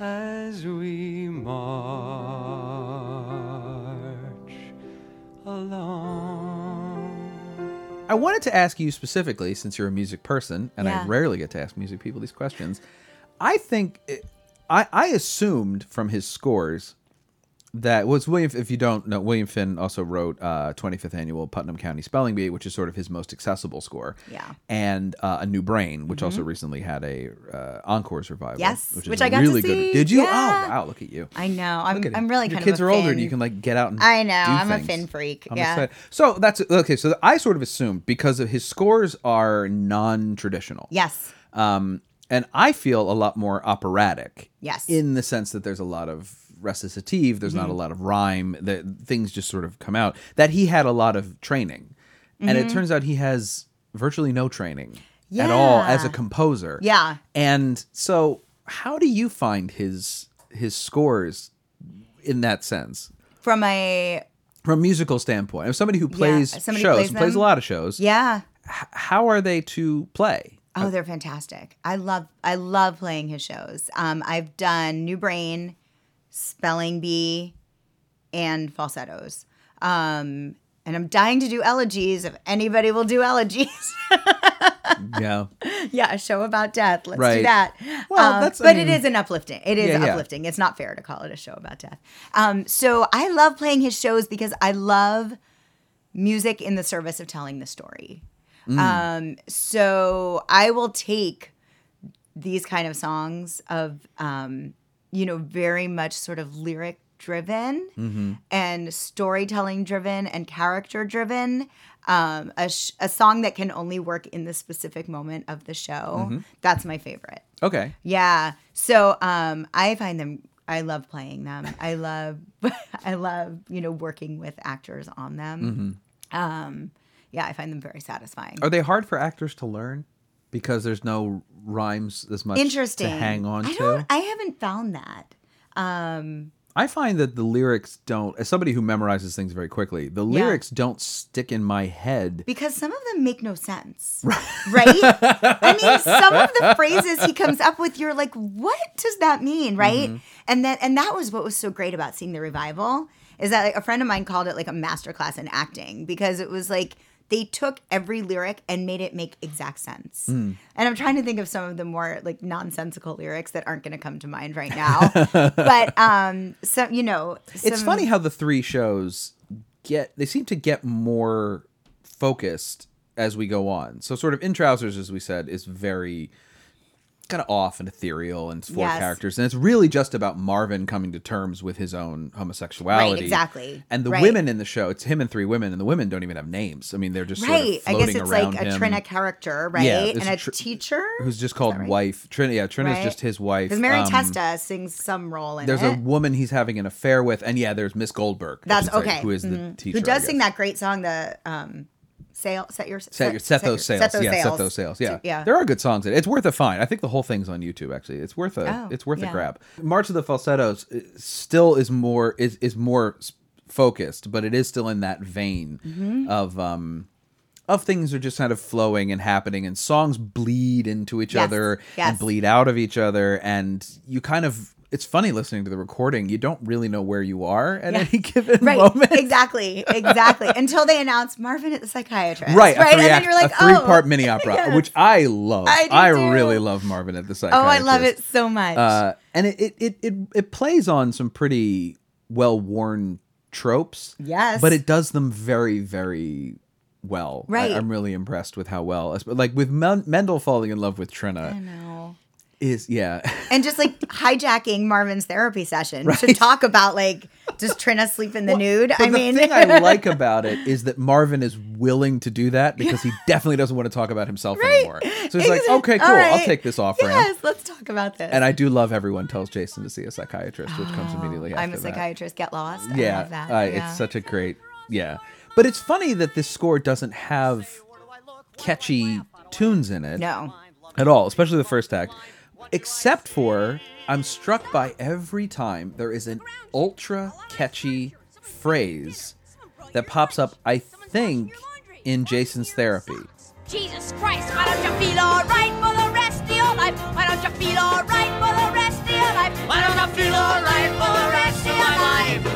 Speaker 5: as we march along.
Speaker 1: I wanted to ask you specifically, since you're a music person, and I
Speaker 3: Yeah.
Speaker 1: rarely get to ask music people these questions. I think I, I assumed from his scores that was William. If you don't know, William Finn also wrote uh, 25th annual Putnam County Spelling Bee, which is sort of his most accessible score.
Speaker 3: Yeah. Mm-hmm.
Speaker 1: and uh, a New Brain, which also recently had a uh, encores revival.
Speaker 3: Yes,
Speaker 1: which, is
Speaker 3: which
Speaker 1: a
Speaker 3: I got to
Speaker 1: really good.
Speaker 3: see.
Speaker 1: Did you? Oh
Speaker 3: Yeah.
Speaker 1: wow, look at you.
Speaker 3: I know. I'm,
Speaker 1: Look at
Speaker 3: I'm
Speaker 1: it.
Speaker 3: really
Speaker 1: Your
Speaker 3: kind
Speaker 1: kids
Speaker 3: of. a
Speaker 1: are older,
Speaker 3: Finn.
Speaker 1: and you can like get out and.
Speaker 3: I know.
Speaker 1: do
Speaker 3: I'm a
Speaker 1: things.
Speaker 3: Finn freak.
Speaker 1: I'm
Speaker 3: yeah.
Speaker 1: excited. So that's okay. So I sort of assumed because of his scores are non-traditional.
Speaker 3: Yes.
Speaker 1: Um, and I feel a lot more operatic.
Speaker 3: Yes. Mm-hmm.
Speaker 1: In the sense that there's a lot of recitative. There's not a lot of rhyme. That things just sort of come out. That he had a lot of training, and
Speaker 3: Mm-hmm.
Speaker 1: it turns out he has virtually no training at all as a
Speaker 3: Yeah.
Speaker 1: composer.
Speaker 3: Yeah.
Speaker 1: And so, how do you find his his scores in that sense?
Speaker 3: From a
Speaker 1: from a musical standpoint, of somebody who plays
Speaker 3: somebody
Speaker 1: shows,
Speaker 3: plays
Speaker 1: and plays a
Speaker 3: them.
Speaker 1: lot of shows,
Speaker 3: yeah.
Speaker 1: h- how are they to play?
Speaker 3: Oh, they're fantastic. I love I love playing his shows. Um, I've done New Brain, Spelling Bee, and falsettos. Um, and I'm dying to do elegies if anybody will do elegies.
Speaker 1: Yeah,
Speaker 3: yeah, a show about death. Let's
Speaker 1: Right.
Speaker 3: do that.
Speaker 1: Well,
Speaker 3: Um,
Speaker 1: that's- I
Speaker 3: but
Speaker 1: mean-
Speaker 3: it is an uplifting. It is
Speaker 1: Yeah, yeah.
Speaker 3: uplifting. It's not fair to call it a show about death. Um, so I love playing his shows because I love music in the service of telling the story.
Speaker 1: Mm.
Speaker 3: Um, so I will take these kind of songs of um, you know very much sort of lyric driven
Speaker 1: Mm-hmm.
Speaker 3: and storytelling driven and character driven um, a, sh- a song that can only work in the specific moment of the show
Speaker 1: Mm-hmm.
Speaker 3: that's my favorite
Speaker 1: okay.
Speaker 3: yeah so um, i find them i love playing them i love i love you know working with actors on them
Speaker 1: Mm-hmm.
Speaker 3: um, yeah i find them very satisfying
Speaker 1: Are they hard for actors to learn because there's no rhymes as much
Speaker 3: interesting
Speaker 1: to hang on
Speaker 3: I
Speaker 1: to?
Speaker 3: don't, i haven't found that um
Speaker 1: I find that the lyrics don't. As somebody who memorizes things very quickly, the
Speaker 3: Yeah.
Speaker 1: lyrics don't stick in my head.
Speaker 3: because some of them make no sense, right? I mean, some of the phrases he comes up with, you're like, what does that mean,
Speaker 1: Mm-hmm.
Speaker 3: right? And that and that was what was so great about seeing the revival is that like, a friend of mine called it like a masterclass in acting because it was like they took every lyric and made it make exact sense.
Speaker 1: Hmm.
Speaker 3: And I'm trying to think of some of the more like nonsensical lyrics that aren't going to come to mind right now. but um, so you know,
Speaker 1: It's
Speaker 3: some-
Speaker 1: funny how the three shows get they seem to get more focused as we go on. So sort of in trousers as we said is very kind of off and ethereal and it's four
Speaker 3: Yes.
Speaker 1: characters and it's really just about marvin coming to terms with his own homosexuality
Speaker 3: exactly.
Speaker 1: and the
Speaker 3: Right.
Speaker 1: women in the show it's him and three women and the women don't even have names i mean they're just sort
Speaker 3: Right.
Speaker 1: of
Speaker 3: I guess
Speaker 1: floating
Speaker 3: it's
Speaker 1: around
Speaker 3: like a
Speaker 1: him,
Speaker 3: Trina character, right?
Speaker 1: it's
Speaker 3: and a,
Speaker 1: a Tr-
Speaker 3: teacher.
Speaker 1: who's just called wife trina yeah trina's
Speaker 3: Right.
Speaker 1: just his wife
Speaker 3: Because Mary
Speaker 1: Um,
Speaker 3: Testa sings some role in
Speaker 1: there's
Speaker 3: it.
Speaker 1: a woman he's having an affair with and yeah there's miss goldberg I
Speaker 3: That's
Speaker 1: should say,
Speaker 3: okay.
Speaker 1: who is the
Speaker 3: Mhm.
Speaker 1: teacher
Speaker 3: Who
Speaker 1: I
Speaker 3: does sing
Speaker 1: guess.
Speaker 3: that great song? The um, sail set your
Speaker 1: Set your set those sales. yeah, set those sales. Yeah.
Speaker 3: yeah.
Speaker 1: There are good songs in it. It's worth a find. I think the whole thing's on YouTube actually. It's worth a
Speaker 3: Oh,
Speaker 1: it's worth a
Speaker 3: yeah.
Speaker 1: grab. March of the Falsettos uh, still is more is is more s- focused, but it is still in that vein
Speaker 3: Mm-hmm.
Speaker 1: of um of things are just kind of flowing and happening and songs bleed into each
Speaker 3: Yes,
Speaker 1: other and
Speaker 3: yes.
Speaker 1: bleed out of each other and you kind of it's funny listening to the recording. You don't really know where you are at
Speaker 3: Yeah.
Speaker 1: any given
Speaker 3: Right,
Speaker 1: moment.
Speaker 3: exactly, exactly. Until they announce Marvin is a psychiatrist,
Speaker 1: right, a
Speaker 3: Right,
Speaker 1: three
Speaker 3: and then
Speaker 1: act-
Speaker 3: you're like,
Speaker 1: a
Speaker 3: oh,
Speaker 1: three-part mini opera,
Speaker 3: Yes.
Speaker 1: which I love.
Speaker 3: I do too.
Speaker 1: really love Marvin at the
Speaker 3: oh,
Speaker 1: Psychiatrist.
Speaker 3: I love it so much.
Speaker 1: Uh, and it it, it it it plays on some pretty well-worn tropes.
Speaker 3: Yes.
Speaker 1: but it does them very very well. I-
Speaker 3: Right.
Speaker 1: I'm really impressed with how well, like with Men- Mendel falling in love with
Speaker 3: I
Speaker 1: Trina
Speaker 3: know.
Speaker 1: is yeah.
Speaker 3: and just like hijacking Marvin's therapy session to talk about like does Trina sleep in the nude?
Speaker 1: But
Speaker 3: I
Speaker 1: the
Speaker 3: mean,
Speaker 1: thing I like about it is that Marvin is willing to do that because he definitely doesn't want to talk about himself anymore. So he's like,
Speaker 3: Exa-
Speaker 1: okay,
Speaker 3: all
Speaker 1: cool, I'll
Speaker 3: right.
Speaker 1: take this off ramp.
Speaker 3: Yes, let's talk about this.
Speaker 1: And I do love everyone tells Jason to see a psychiatrist, which comes immediately after
Speaker 3: Oh, I'm a
Speaker 1: that.
Speaker 3: psychiatrist. Get lost.
Speaker 1: Yeah,
Speaker 3: I love that.
Speaker 1: uh,
Speaker 3: yeah.
Speaker 1: it's such a great yeah. But it's funny that this score doesn't have catchy tunes in it
Speaker 3: no.
Speaker 1: at all, especially the first act. Except for I'm struck by every time there is an ultra catchy phrase that pops up. I think in Jason's therapy.
Speaker 7: Jesus Christ, why don't you feel alright for the rest of your life? Why don't you feel alright for the rest of your life? Why don't you feel alright for the rest of your life? Why don't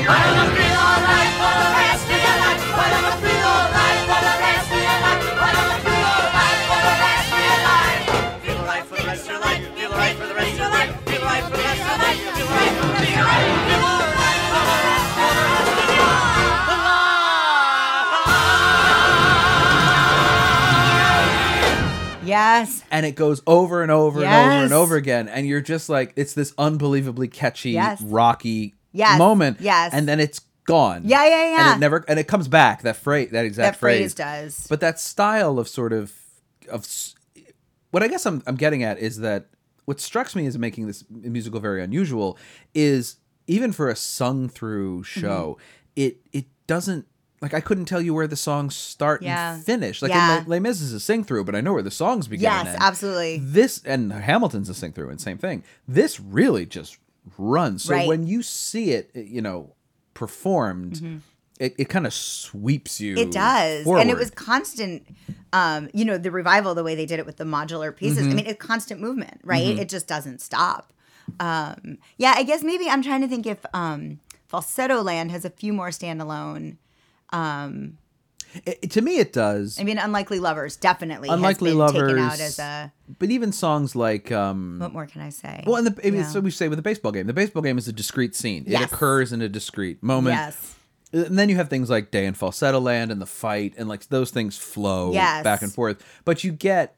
Speaker 7: you feel alright for the rest of your life? Why don't you feel alright for the rest of your life? Why don't you feel alright for the rest of your life? Feel alright for the rest of your life. Feel alright for the rest of your life. Feel alright for the rest of your life. Feel alright for the rest of your life. Feel alright for the rest of your life.
Speaker 3: Yes.
Speaker 1: and it goes over and over and over
Speaker 3: Yes.
Speaker 1: and over again and you're just like it's this unbelievably catchy
Speaker 3: Yes.
Speaker 1: rocky
Speaker 3: Yes.
Speaker 1: moment
Speaker 3: Yes.
Speaker 1: and then it's gone
Speaker 3: Yeah, yeah, yeah.
Speaker 1: and it never and it comes back that phrase that exact
Speaker 3: That phrase does.
Speaker 1: but that style of sort of of s- what i guess i'm, I'm getting at is that what strikes me as making this musical very unusual is even for a sung through
Speaker 3: Mm-hmm.
Speaker 1: show it it doesn't like I couldn't tell you where the songs start
Speaker 3: Yeah.
Speaker 1: and finish. Like
Speaker 3: Yeah.
Speaker 1: in Les Mis is a sing through, but I know where the songs begin.
Speaker 3: Yes,
Speaker 1: and end
Speaker 3: absolutely.
Speaker 1: this and Hamilton's a sing through and same thing. This really just runs. So
Speaker 3: Right.
Speaker 1: when you see it, you know, performed, it, it kind of sweeps you.
Speaker 3: Mm-hmm. It does. And it
Speaker 1: forward.
Speaker 3: was constant um, you know, the revival, the way they did it with the modular pieces.
Speaker 1: Mm-hmm.
Speaker 3: I mean, it's constant movement, right? It just doesn't stop. Um, yeah, I guess maybe I'm trying to think if um Falsetto Land has a few more standalone.
Speaker 1: It- it- to me, it does.
Speaker 3: I mean, Unlikely Lovers definitely
Speaker 1: Unlikely
Speaker 3: has been taken out
Speaker 1: Lovers.
Speaker 3: as a
Speaker 1: but even songs like, um,
Speaker 3: what more can I say?
Speaker 1: well, and the, I mean,
Speaker 3: Yeah.
Speaker 1: so we say with the baseball game. The baseball game is a discrete scene. It
Speaker 3: Yes.
Speaker 1: occurs in a discrete moment.
Speaker 3: yes.
Speaker 1: And then you have things like Day in Falsetto Land and the fight, and like those things flow
Speaker 3: Yes.
Speaker 1: back and forth. But you get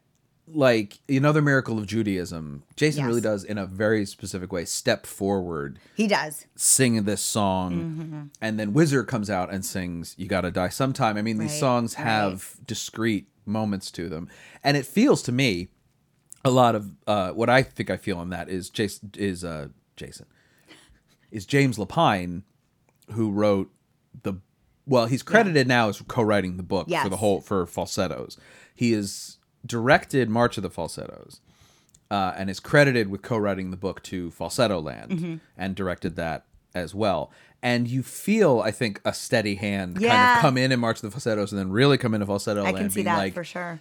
Speaker 1: like another miracle of Judaism. Jason
Speaker 3: Yes.
Speaker 1: really does, in a very specific way, step forward,
Speaker 3: He does.
Speaker 1: sing this song,
Speaker 3: Mm-hmm.
Speaker 1: and then Wizard comes out and sings You Gotta Die Sometime. I mean, these
Speaker 3: Right,
Speaker 1: songs have discrete moments to them. And it feels to me a lot of uh, what I think I feel on that is Jason, is uh, Jason, is James Lapine who wrote the well he's credited now as co-writing the book for
Speaker 3: Yes.
Speaker 1: the whole for falsettos he has directed march of the falsettos uh, and is credited with co-writing the book to falsetto land
Speaker 3: Mm-hmm.
Speaker 1: and directed that as well and you feel i think a steady hand kind
Speaker 3: Yeah.
Speaker 1: of come in in march of the falsettos and then really come into falsetto
Speaker 3: I
Speaker 1: land
Speaker 3: can see
Speaker 1: being
Speaker 3: that
Speaker 1: like
Speaker 3: for sure.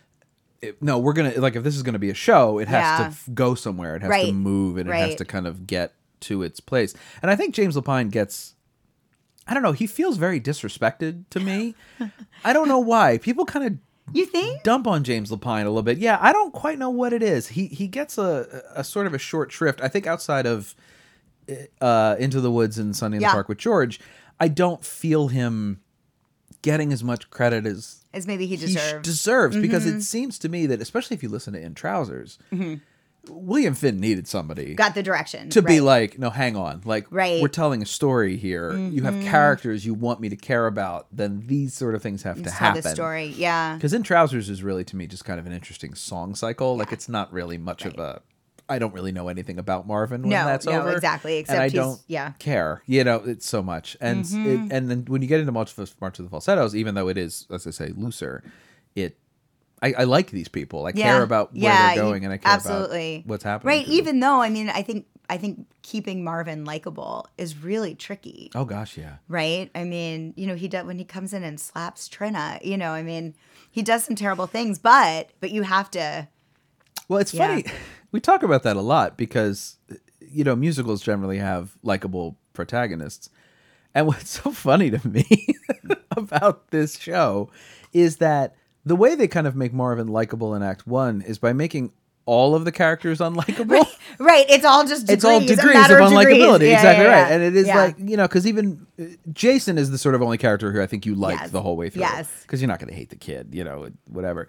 Speaker 1: it- no, we're gonna like if this is gonna be a show, it has to
Speaker 3: Yeah.
Speaker 1: f- go somewhere. It has to
Speaker 3: Right.
Speaker 1: move, and it has
Speaker 3: Right.
Speaker 1: to kind of get to its place. And I think James Lapine gets. I don't know. He feels very disrespected to me. I don't know why. People kind of
Speaker 3: You think?
Speaker 1: dump on James Lapine a little bit. Yeah, I don't quite know what it is. He he gets a a sort of a short shrift. I think outside of uh, Into the Woods and Sunday in
Speaker 3: Yeah.
Speaker 1: the Park with George, I don't feel him getting as much credit as
Speaker 3: as maybe he
Speaker 1: he sh-
Speaker 3: deserved.
Speaker 1: deserves because
Speaker 3: Mm-hmm.
Speaker 1: it seems to me that especially if you listen to in trousers william finn needed somebody
Speaker 3: Got the direction
Speaker 1: to be
Speaker 3: right.
Speaker 1: like no hang on like
Speaker 3: Right. Mm-hmm.
Speaker 1: we're telling a story here you have characters you want me to care about then these sort of things have to
Speaker 3: Just tell
Speaker 1: happen
Speaker 3: the story. Yeah.
Speaker 1: because in trousers is really to me just kind of an interesting song cycle like it's not really much of a i don't really know anything about marvin when
Speaker 3: No,
Speaker 1: that's
Speaker 3: no,
Speaker 1: over
Speaker 3: exactly, except
Speaker 1: and i
Speaker 3: he's-
Speaker 1: don't
Speaker 3: yeah. Mm-hmm.
Speaker 1: care you know it's so much and s- it, and then when you get into march of, the, march of the falsettos even though it is as i say looser it I, I like these people. I care
Speaker 3: Yeah.
Speaker 1: about where
Speaker 3: Yeah,
Speaker 1: they're
Speaker 3: you-
Speaker 1: going, and I care
Speaker 3: absolutely.
Speaker 1: about what's happening.
Speaker 3: Right.
Speaker 1: to them.
Speaker 3: Even though I mean, I think I think keeping Marvin likable is really tricky.
Speaker 1: oh gosh, yeah.
Speaker 3: Right. I mean, you know, he does when he comes in and slaps Trina. You know, I mean, he does some terrible things, but but you have to.
Speaker 1: Well, it's
Speaker 3: Yeah.
Speaker 1: funny. We talk about that a lot because, you know, musicals generally have likable protagonists. And what's so funny to me about this show is that the way they kind of make Marvin likable in Act One is by making all of the characters unlikable.
Speaker 3: Right. It's all just degrees,
Speaker 1: It's all
Speaker 3: a
Speaker 1: degrees
Speaker 3: matter
Speaker 1: of
Speaker 3: degrees.
Speaker 1: unlikability.
Speaker 3: Yeah,
Speaker 1: exactly
Speaker 3: yeah,
Speaker 1: right.
Speaker 3: yeah.
Speaker 1: And it is
Speaker 3: Yeah.
Speaker 1: like, you know, because even uh, Jason is the sort of only character who I think you like
Speaker 3: Yes.
Speaker 1: the whole way through.
Speaker 3: Yes.
Speaker 1: Because you're not going to hate the kid, you know, whatever.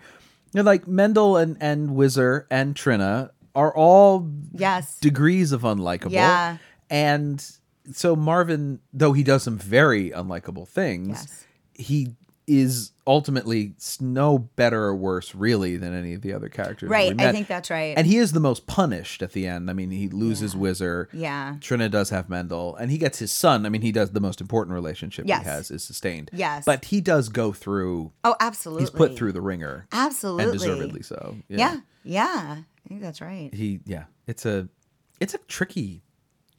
Speaker 1: You know, like Mendel and, and Whizzer and Trina are all
Speaker 3: yes.
Speaker 1: degrees of unlikable.
Speaker 3: Yeah.
Speaker 1: And so Marvin, though he does some very unlikable things,
Speaker 3: Yes.
Speaker 1: he is ultimately s- no better or worse really than any of the other characters. that we
Speaker 3: Right, I
Speaker 1: met.
Speaker 3: think that's right.
Speaker 1: And he is the most punished at the end. I mean, he loses Whizzer.
Speaker 3: Yeah.
Speaker 1: Trina does have Mendel, and he gets his son. I mean, he does the most important relationship
Speaker 3: Yes.
Speaker 1: he has is sustained.
Speaker 3: Yes.
Speaker 1: But he does go through
Speaker 3: oh, absolutely.
Speaker 1: he's put through the ringer.
Speaker 3: Absolutely.
Speaker 1: And deservedly so.
Speaker 3: Yeah. Yeah. I think that's right.
Speaker 1: he yeah it's a it's a tricky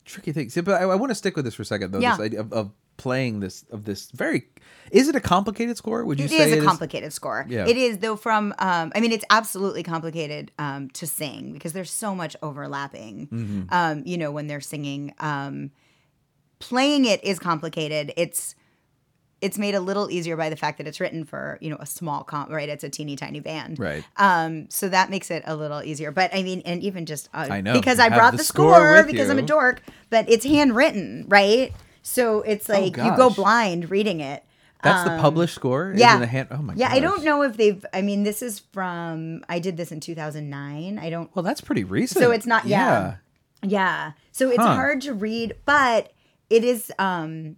Speaker 1: tricky thing See, but i, I want to stick with this for a second though
Speaker 3: Yeah.
Speaker 1: this idea of, of playing this of this very is it a complicated score would you
Speaker 3: It
Speaker 1: say
Speaker 3: is
Speaker 1: it
Speaker 3: a complicated score.
Speaker 1: Yeah.
Speaker 3: It is though from um, I mean it's absolutely complicated um, to sing because there's so much overlapping.
Speaker 1: Mm-hmm.
Speaker 3: Um, you know when they're singing, um, playing it is complicated. It's it's made a little easier by the fact that it's written for you know a small comp right. It's a teeny tiny band.
Speaker 1: right
Speaker 3: Um, so that makes it a little easier. But I mean, and even just uh,
Speaker 1: I know.
Speaker 3: because
Speaker 1: You
Speaker 3: I
Speaker 1: have
Speaker 3: brought
Speaker 1: the
Speaker 3: the,
Speaker 1: score
Speaker 3: score,
Speaker 1: with
Speaker 3: because I'm a
Speaker 1: you.
Speaker 3: dork, but it's handwritten, right? So it's like you go
Speaker 1: Oh, gosh.
Speaker 3: blind reading it.
Speaker 1: that's the published score Is
Speaker 3: Um, yeah.
Speaker 1: in the hand oh my
Speaker 3: Yeah, I don't
Speaker 1: gosh.
Speaker 3: know if they've. I mean, this is from. I did this in 2009. I don't.
Speaker 1: well that's pretty recent
Speaker 3: So it's not- yeah. Yeah, so it's
Speaker 1: Huh.
Speaker 3: hard to read, but it is. um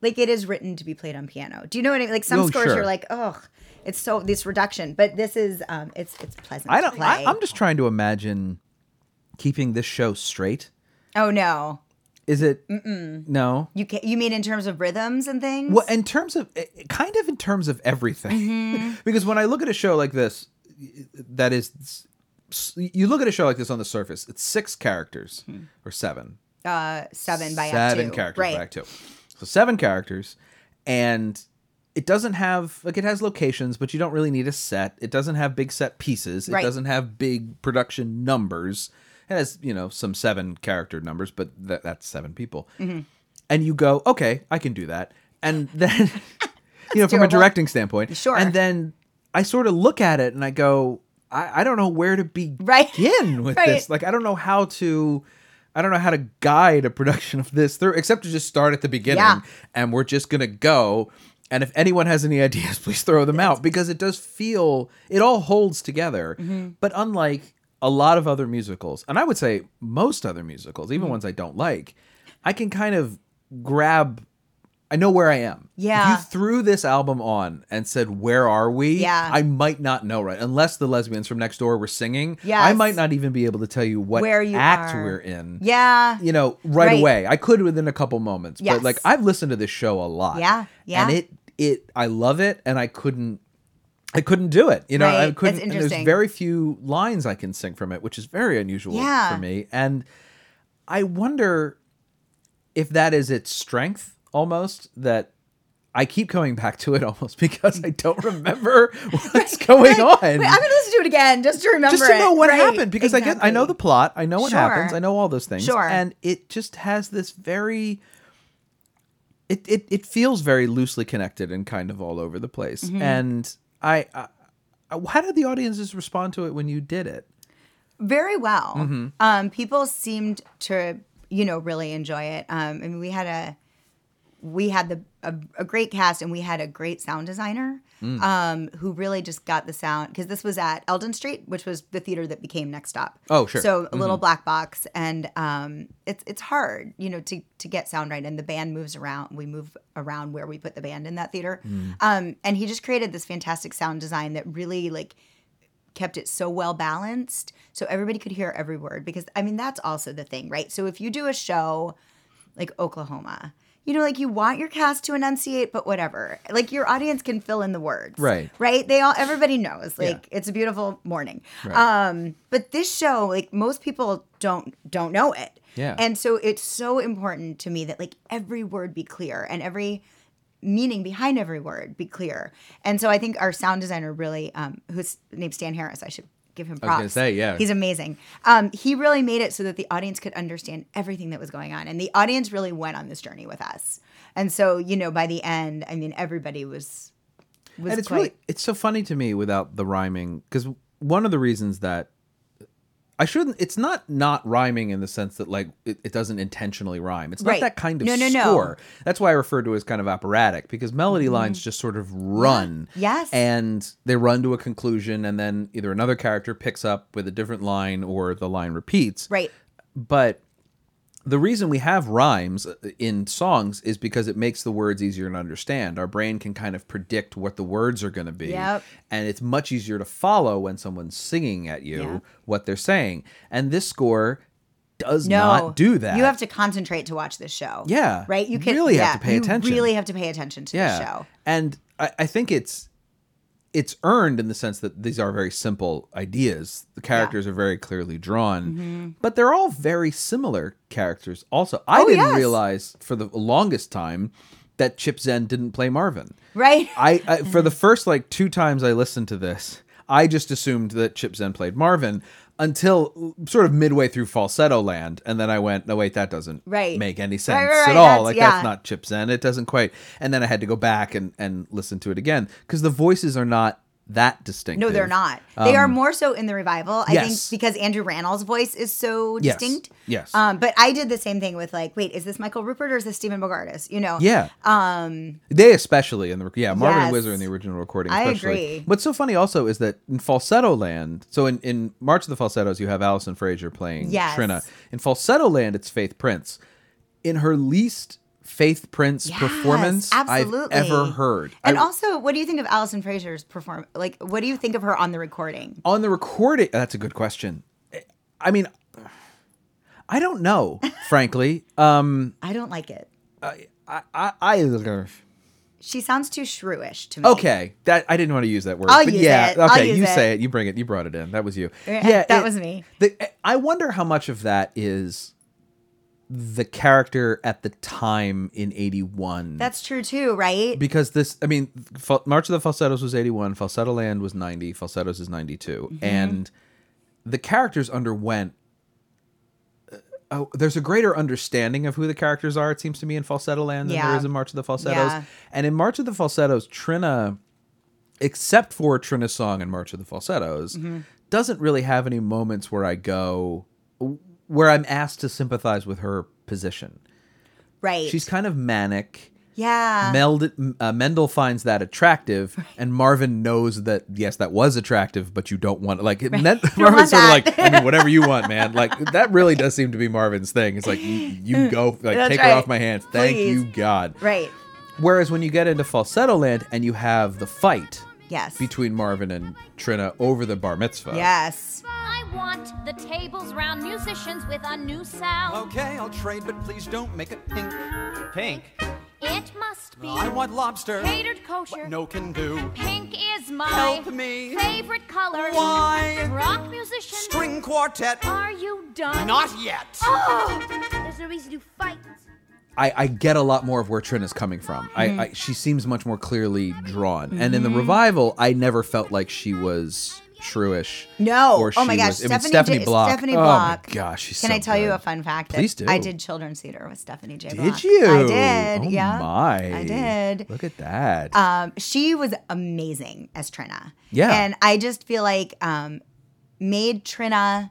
Speaker 3: Like it is written to be played on piano. Do you know what I mean? Like some
Speaker 1: Oh,
Speaker 3: scores,
Speaker 1: sure.
Speaker 3: you're like, oh, it's so this reduction, but this is. um It's it's pleasant.
Speaker 1: i
Speaker 3: To
Speaker 1: don't
Speaker 3: play.
Speaker 1: I, i'm just trying to imagine keeping this show straight
Speaker 3: oh no,
Speaker 1: is it no
Speaker 3: you can, you mean in terms of rhythms and things?
Speaker 1: Well, in terms of eh, kind of in terms of everything, because when I look at a show like this, that is, you look at a show like this on the surface, it's six characters or seven,
Speaker 3: uh, seven by act
Speaker 1: seven
Speaker 3: two.
Speaker 1: characters
Speaker 3: right?
Speaker 1: by act two, so seven characters, and it doesn't have like it has locations, but you don't really need a set. It doesn't have big set pieces. It
Speaker 3: Right.
Speaker 1: doesn't have big production numbers. It has you know some seven character numbers, but that, that's seven people
Speaker 3: Mm-hmm.
Speaker 1: and you go, okay, I can do that. And then, you know, from a
Speaker 3: doable.
Speaker 1: directing standpoint,
Speaker 3: Sure.
Speaker 1: And then I sort of look at it and I go, I, I don't know where to begin
Speaker 3: Right.
Speaker 1: with
Speaker 3: Right.
Speaker 1: this. Like, I don't know how to. I don't know how to guide a production of this through, except to just start at the beginning,
Speaker 3: Yeah.
Speaker 1: and we're just gonna go. And if anyone has any ideas, please throw them out because it does feel it all holds together.
Speaker 3: Mm-hmm.
Speaker 1: But unlike a lot of other musicals, and I would say most other musicals,
Speaker 3: Mm-hmm.
Speaker 1: even ones I don't like, I can kind of grab. I know where I am.
Speaker 3: Yeah.
Speaker 1: If you threw this album on and said, "Where are we?"
Speaker 3: Yeah.
Speaker 1: I might not know right unless the lesbians from next door were singing. I
Speaker 3: Yes.
Speaker 1: might not even be able to tell you what
Speaker 3: Where you
Speaker 1: act
Speaker 3: are.
Speaker 1: we're in.
Speaker 3: Yeah.
Speaker 1: You know, right,
Speaker 3: Right.
Speaker 1: away. I could within a couple moments. But
Speaker 3: Yes.
Speaker 1: like I've listened to this show a lot.
Speaker 3: Yeah, yeah.
Speaker 1: And it it I love it and I couldn't I couldn't do it. You know,
Speaker 3: Right,
Speaker 1: I
Speaker 3: that's
Speaker 1: couldn't And there's
Speaker 3: interesting.
Speaker 1: very few lines I can sing from it, which is very unusual
Speaker 3: Yeah.
Speaker 1: for me. And I wonder if that is its strength almost that I keep coming back to it almost because I don't remember what's going on.
Speaker 3: Wait, I'm gonna listen to it again just to remember.
Speaker 1: just to know
Speaker 3: it.
Speaker 1: what
Speaker 3: Right,
Speaker 1: happened because I get I know
Speaker 3: exactly.
Speaker 1: the plot, I know what
Speaker 3: Sure.
Speaker 1: happens, I know all those things.
Speaker 3: Sure.
Speaker 1: And it just has this very it it, it feels very loosely connected and kind of all over the place.
Speaker 3: Mm-hmm.
Speaker 1: And I, I I- how did the audiences respond to it when you did it?
Speaker 3: very well.
Speaker 1: Mm-hmm.
Speaker 3: Um, people seemed to, you know, really enjoy it. Um, I mean, we had a we had the a, a great cast and we had a great sound designer
Speaker 1: Mm.
Speaker 3: um, who really just got the sound because this was at Eldon Street, which was the theater that became Next Stop.
Speaker 1: Oh, sure.
Speaker 3: So a little black box, and um, it's it's hard, you know, to to get sound right. And the band moves around. We move around where we put the band in that theater.
Speaker 1: Mm.
Speaker 3: Um, and he just created this fantastic sound design that really like kept it so well balanced so everybody could hear every word because i mean that's also the thing right so if you do a show like oklahoma you know like you want your cast to enunciate but whatever like your audience can fill in the words
Speaker 1: Right.
Speaker 3: right they all everybody knows
Speaker 1: Yeah.
Speaker 3: like it's a beautiful morning
Speaker 1: Right.
Speaker 3: um but this show like most people don't don't know it
Speaker 1: Yeah.
Speaker 3: and so it's so important to me that like every word be clear and every meaning behind every word be clear. And so I think our sound designer really, um, whose name's Stan Harris, I should give him
Speaker 1: was
Speaker 3: props.
Speaker 1: gonna say, yeah.
Speaker 3: he's amazing. Um, he really made it so that the audience could understand everything that was going on, and the audience really went on this journey with us. And so you know, by the end, I mean, everybody was was
Speaker 1: and it's
Speaker 3: quite.
Speaker 1: really it's so funny to me without the rhyming because one of the reasons that I shouldn't it's not not rhyming in the sense that like it, it doesn't intentionally rhyme. It's not
Speaker 3: Right.
Speaker 1: that kind of
Speaker 3: No, no, no.
Speaker 1: score. That's why I refer to it as kind of operatic because melody lines just sort of run.
Speaker 3: Yes.
Speaker 1: And they run to a conclusion and then either another character picks up with a different line or the line repeats.
Speaker 3: Right.
Speaker 1: But the reason we have rhymes in songs is because it makes the words easier to understand. Our brain can kind of predict what the words are going to be.
Speaker 3: Yep.
Speaker 1: And it's much easier to follow when someone's singing at you
Speaker 3: Yeah.
Speaker 1: what they're saying. And this score does
Speaker 3: No,
Speaker 1: not do that.
Speaker 3: You have to concentrate to watch this show.
Speaker 1: Yeah.
Speaker 3: right. You can
Speaker 1: Really have to
Speaker 3: yeah,
Speaker 1: pay
Speaker 3: you
Speaker 1: attention.
Speaker 3: Really have to pay attention to the show.
Speaker 1: And I, I think it's it's earned in the sense that these are very simple ideas. The characters are very clearly drawn, but they're all very similar characters. Also, I
Speaker 3: Mm-hmm. Oh,
Speaker 1: didn't
Speaker 3: yes.
Speaker 1: realize for the longest time that Chip Zen didn't play Marvin.
Speaker 3: Right.
Speaker 1: I, I for the first like two times I listened to this, I just assumed that Chip Zen played Marvin until sort of midway through falsetto land, and then I went, "No, wait, that doesn't
Speaker 3: Right.
Speaker 1: make any
Speaker 3: Right,
Speaker 1: sense
Speaker 3: right,
Speaker 1: at
Speaker 3: right,
Speaker 1: all.
Speaker 3: that's-
Speaker 1: like
Speaker 3: yeah.
Speaker 1: that's not Chip Zen. It doesn't quite." And then I had to go back and and listen to it again because the voices are not that distinct.
Speaker 3: No, they're not. They are more so in the revival. I
Speaker 1: um, yes.
Speaker 3: think because Andrew Rannell's voice is so
Speaker 1: Yes,
Speaker 3: distinct.
Speaker 1: yes.
Speaker 3: Um, but I did the same thing with like, wait, is this Michael Rupert or is this Stephen Bogartis? You know.
Speaker 1: Yeah. Um they especially in the rec- yeah, Marvin and
Speaker 3: Yes.
Speaker 1: Wizard in the original recording
Speaker 3: I
Speaker 1: especially.
Speaker 3: agree.
Speaker 1: What's so funny also is that in falsetto land, so in, in March of the Falsettos you have Alison Frazier playing
Speaker 3: Yes.
Speaker 1: Trina. In falsetto land it's Faith Prince. In her least Faith Prince
Speaker 3: Yes,
Speaker 1: performance
Speaker 3: absolutely.
Speaker 1: I've ever heard.
Speaker 3: And
Speaker 1: I-
Speaker 3: also, what do you think of Alison Fraser's perform? Like, what do you think of her on the recording?
Speaker 1: on the recording that's a good question. I mean I don't know, frankly. Um
Speaker 3: I don't like it.
Speaker 1: I, I, I
Speaker 3: She sounds too shrewish to me.
Speaker 1: Okay, that I didn't want to use that word.
Speaker 3: I'll
Speaker 1: but
Speaker 3: use
Speaker 1: yeah,
Speaker 3: it.
Speaker 1: Okay,
Speaker 3: I'll use
Speaker 1: you
Speaker 3: it.
Speaker 1: say it. You bring it. You brought it in. That was you.
Speaker 3: Yeah, that was me.
Speaker 1: the- I wonder how much of that is the character at the time in '81.
Speaker 3: That's true too, right?
Speaker 1: because this, I mean, Fal- March of the Falsettos was '81. Falsetto Land was '90. Falsettos is '92,
Speaker 3: Mm-hmm.
Speaker 1: and the characters underwent. Uh, oh, there's a greater understanding of who the characters are. It seems to me in Falsetto Land than
Speaker 3: Yeah.
Speaker 1: there is in March of the Falsettos.
Speaker 3: Yeah.
Speaker 1: And in March of the Falsettos, Trina except for Trina's song and March of the Falsettos,
Speaker 3: Mm-hmm.
Speaker 1: doesn't really have any moments where I go where I'm asked to sympathize with her position.
Speaker 3: right.
Speaker 1: She's kind of manic.
Speaker 3: yeah.
Speaker 1: Meld, uh, Mendel finds that attractive, and Marvin knows that yes, that was attractive, but you don't want like it meant, Marvin's
Speaker 3: want
Speaker 1: sort of like
Speaker 3: that.
Speaker 1: I mean, whatever you want, man. Like that really does seem to be Marvin's thing. It's like you, you go, like
Speaker 3: That's
Speaker 1: take her
Speaker 3: right.
Speaker 1: off my hands. Thank
Speaker 3: Please.
Speaker 1: you, God.
Speaker 3: right.
Speaker 1: Whereas when you get into falsetto land and you have the fight,
Speaker 3: Yes.
Speaker 1: between Marvin and Trina over the bar mitzvah.
Speaker 3: yes.
Speaker 8: I want the tables round, musicians with a new sound.
Speaker 5: Okay, I'll trade, but please don't make it pink. Pink?
Speaker 8: It must be
Speaker 5: I want lobster.
Speaker 8: catered kosher.
Speaker 5: No can do.
Speaker 8: Pink is my
Speaker 5: Help me.
Speaker 8: favorite color.
Speaker 5: Why?
Speaker 8: Rock musician.
Speaker 5: String quartet.
Speaker 8: Are you done?
Speaker 5: Not yet.
Speaker 8: Oh, there's no reason to fight.
Speaker 1: I, I get a lot more of where Trina's coming from.
Speaker 3: Mm-hmm.
Speaker 1: I, I she seems much more clearly drawn. And in the revival, I never felt like she was shrewish.
Speaker 3: No.
Speaker 1: Or
Speaker 3: oh my
Speaker 1: she
Speaker 3: gosh.
Speaker 1: was- I mean,
Speaker 3: Stephanie,
Speaker 1: Stephanie
Speaker 3: J-
Speaker 1: Block.
Speaker 3: Stephanie
Speaker 1: Oh my
Speaker 3: Block.
Speaker 1: gosh, she's
Speaker 3: Can
Speaker 1: so
Speaker 3: I tell you
Speaker 1: good.
Speaker 3: a fun fact?
Speaker 1: Please do.
Speaker 3: that I did children's theater with Stephanie J. Block.
Speaker 1: Did you?
Speaker 3: I did.
Speaker 1: Oh
Speaker 3: yeah.
Speaker 1: my.
Speaker 3: I did.
Speaker 1: Look at that.
Speaker 3: Um, she was amazing as Trina.
Speaker 1: Yeah.
Speaker 3: And I just feel like um, made Trina